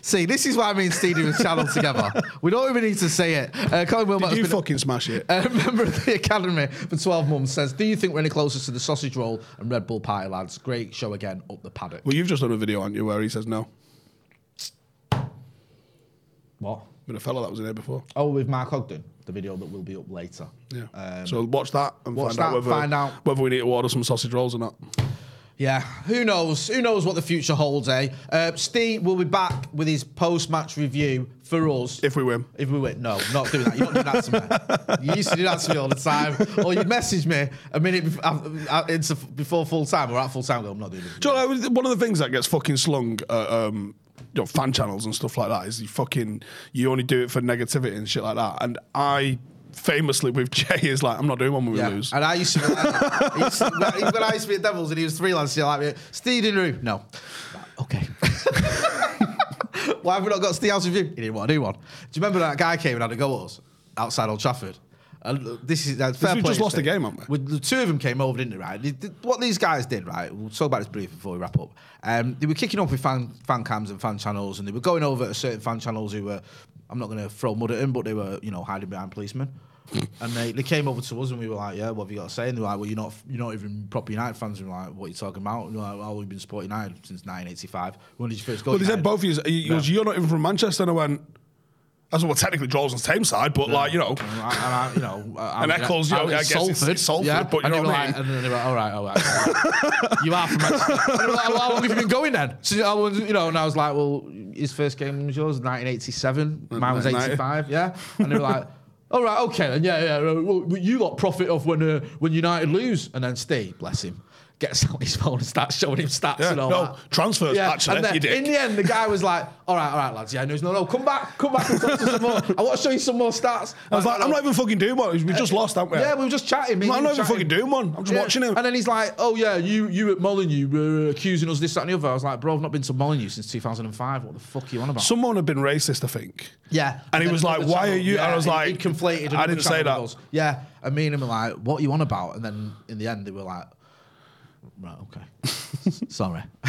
S3: See, this is why me and Stevie were channeled together. We don't even need to say it. Uh, Colin Wilmot has
S2: you
S3: been
S2: fucking smash it.
S3: a member of the Academy for 12 months says, Do you think we're any closer to the sausage roll and Red Bull party, lads? Great show again, up the paddock.
S2: Well, you've just done a video, aren't you, where he says no.
S3: What?
S2: With a fella that was in here before.
S3: Oh, with Mark Ogden, the video that will be up later.
S2: Yeah.
S3: Um,
S2: so watch that and
S3: watch
S2: find
S3: that,
S2: out whether
S3: find out.
S2: whether we need to order some sausage rolls or not.
S3: Yeah, who knows? Who knows what the future holds, eh? Uh, Steve will be back with his post-match review for us.
S2: If we win.
S3: If we win. No, not doing that. You're not doing that to me. You used to do that to me all the time. Or you'd message me a minute bef- af- af- into, before full-time or at full-time. Go, I'm not doing this.
S2: Do you know, one of the things that gets fucking slung at um, you know, fan channels and stuff like that is you fucking you only do it for negativity and shit like that. And I famously with Jay is like, I'm not doing one when we
S3: Yeah.
S2: lose.
S3: And I used to, I used to- when, when I used to be at Devils and he was three lads, you're like, Steve didn't roof. No. Okay. Why have we not got Steve out of you? He didn't want to do one. Do you remember that guy came and had a go at us outside Old Trafford? And this is that's fair
S2: we
S3: play
S2: just
S3: to
S2: lost
S3: say.
S2: the game, haven't we?
S3: With the two of them came over, didn't they? Right. They did- what these guys did, right? We'll talk about this briefly before we wrap up. Um, they were kicking off with fan fan cams and fan channels, and they were going over to certain fan channels who were. I'm not going to throw mud at them, but they were, you know, hiding behind policemen. and they, they came over to us and we were like, yeah, what have you got to say? And they were like, well, you're not you're not even proper United fans. And we were like, what are you talking about? And they were like, well, we've been supporting United since 1985. When did you first go?
S2: But they said
S3: United?"
S2: both of you, he goes, you're not even from Manchester. And I went, that's what technically draws on the same side, but like, you know,
S3: And I, and I, you know, I,
S2: and
S3: I-
S2: that calls you,
S3: I-
S2: I,
S3: I-
S2: guess it's-
S7: Salford.
S2: it's Salford,
S3: Yeah,
S2: but you
S3: and
S2: know
S3: they were
S2: what I
S3: like-
S2: mean?
S3: and then they were like, all right, all right. all right." you are from Manchester. And they were like, well, how long have you been going then? So I was, you know, and I was like, well, his first game was yours, 1987. Mine was
S2: 1990.
S3: 85, yeah. And they were like, all right, okay, then, yeah, yeah. uh, Well, well, you lot profit off when uh, when United lose, and then Steve, bless him, gets out his phone and starts showing him stats
S2: Yeah,
S3: and all
S2: no,
S3: that.
S2: transfers, actually,
S3: and then
S2: you dick.
S3: In the end, the guy was like, all right, all right, lads, yeah, no, no, no, come back, come back and talk to us some more. I want to show you some more stats.
S2: I was like,
S3: "No,
S2: I'm not even fucking doing one. We just lost, haven't we?
S3: Uh, yeah, we were just chatting. me
S2: I'm not, I'm
S3: and you
S2: not
S3: were
S2: even fucking
S3: chatting.
S2: doing one. I'm just
S3: Yeah.
S2: watching him.
S3: And then he's like, "Oh yeah, you you at Molyneux were accusing us this that and the other." I was like, "Bro, I've not been to Molyneux since 2005. What the fuck are you on about?"
S2: Someone had been racist, I think.
S3: yeah,
S2: And he
S3: then
S2: was like,
S3: another
S2: "Why are you-" and I was
S3: he-
S2: like,
S3: he conflated.
S2: "I
S3: another
S2: didn't say
S3: channel
S2: that."
S3: and goes, yeah, and me and him were like, "What are you on about?" And then in the end, they were like, "Right, okay, sorry."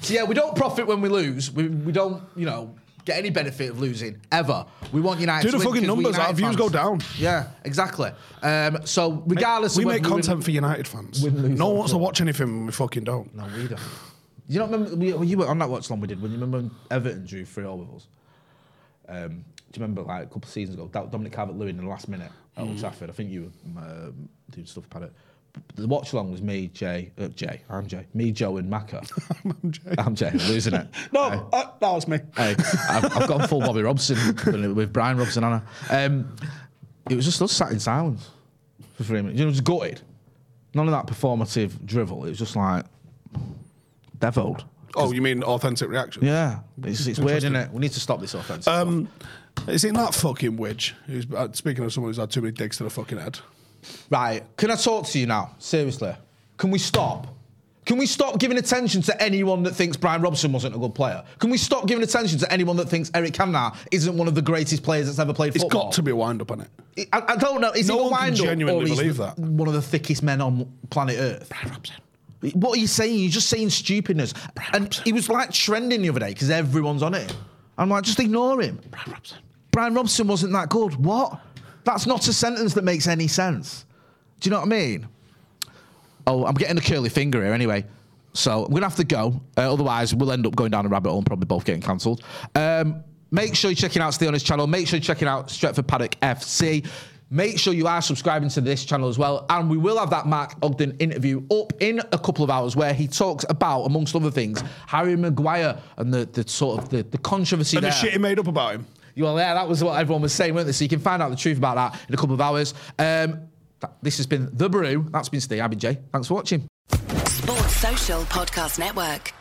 S3: so yeah, we don't profit when we lose. We we don't, you know. Get any benefit of losing ever. We want
S2: Do
S3: United.
S2: the
S3: to win
S2: fucking
S3: 'cause we're
S2: numbers, our
S3: United
S2: views
S3: fans.
S2: go down.
S3: Yeah, exactly. Um, so regardless,
S2: we
S3: of
S2: make
S3: whether win-
S2: content for United fans.
S3: win, lose,
S2: No
S3: or
S2: one wants to
S3: draw.
S2: watch anything when we fucking don't.
S3: No, we don't. You don't remember? We, well, you were on that watch long we did. When you remember when Everton drew three all with us? Um, do you remember like a couple of seasons ago? Dom- Dominic Calvert-Lewin in the last minute at Old Trafford. I think you were um, doing stuff about it. The watch along was me, Jay, uh, Jay, I'm Jay, me, Joe, and Macca.
S2: I'm joking.
S3: I'm Jay, losing it.
S2: No, uh, that was me.
S3: Hey, I've, I've gone full Bobby Robson with- with Brian Robson, Anna. Um, it was just us sat in silence for three minutes. You know, just gutted. None of that performative drivel. It was just like deviled.
S2: Oh, you mean authentic reaction?
S3: Yeah, it's, it's weird, isn't it? We need to stop this offense.
S2: Um, is it that fucking witch? Who's uh, speaking of someone who's had too many digs to the fucking head?
S3: right, can I talk to you now? Seriously, can we stop? Can we stop giving attention to anyone that thinks Brian Robson wasn't a good player? Can we stop giving attention to anyone that thinks Eric Cantona isn't one of the greatest players that's ever played
S2: It's
S3: football?
S2: got to be a wind up on it.
S3: I, I don't know. Is
S2: No
S3: he a
S2: one can
S3: wind up
S2: genuinely
S3: or he's
S2: believe
S3: the-
S2: that.
S3: One of the thickest men on planet Earth. Brian Robson. What are you saying? You're just saying stupidness. and he was like trending the other day because everyone's on it. I'm like, just ignore him. Brian Robson. Brian Robson wasn't that good. What? That's not a sentence that makes any sense. Do you know what I mean? Oh, I'm getting a curly finger here anyway. So I'm going to have to go. Uh, otherwise, we'll end up going down a rabbit hole and probably both getting cancelled. Um, make sure you're checking out Stay On His channel. Make sure you're checking out Stretford Paddock FC. Make sure you are subscribing to this channel as well. And we will have that Mark Ogden interview up in a couple of hours where he talks about, amongst other things, Harry Maguire and the, the sort of the, the controversy
S2: And
S3: there.
S2: the shit he made up about him.
S3: Well, yeah, that was what everyone was saying, weren't they? So you can find out the truth about that in a couple of hours. Um, that- this has been The Brew. That's been Steve. I've been Jay. Thanks for watching.
S1: Sports Social Podcast Network.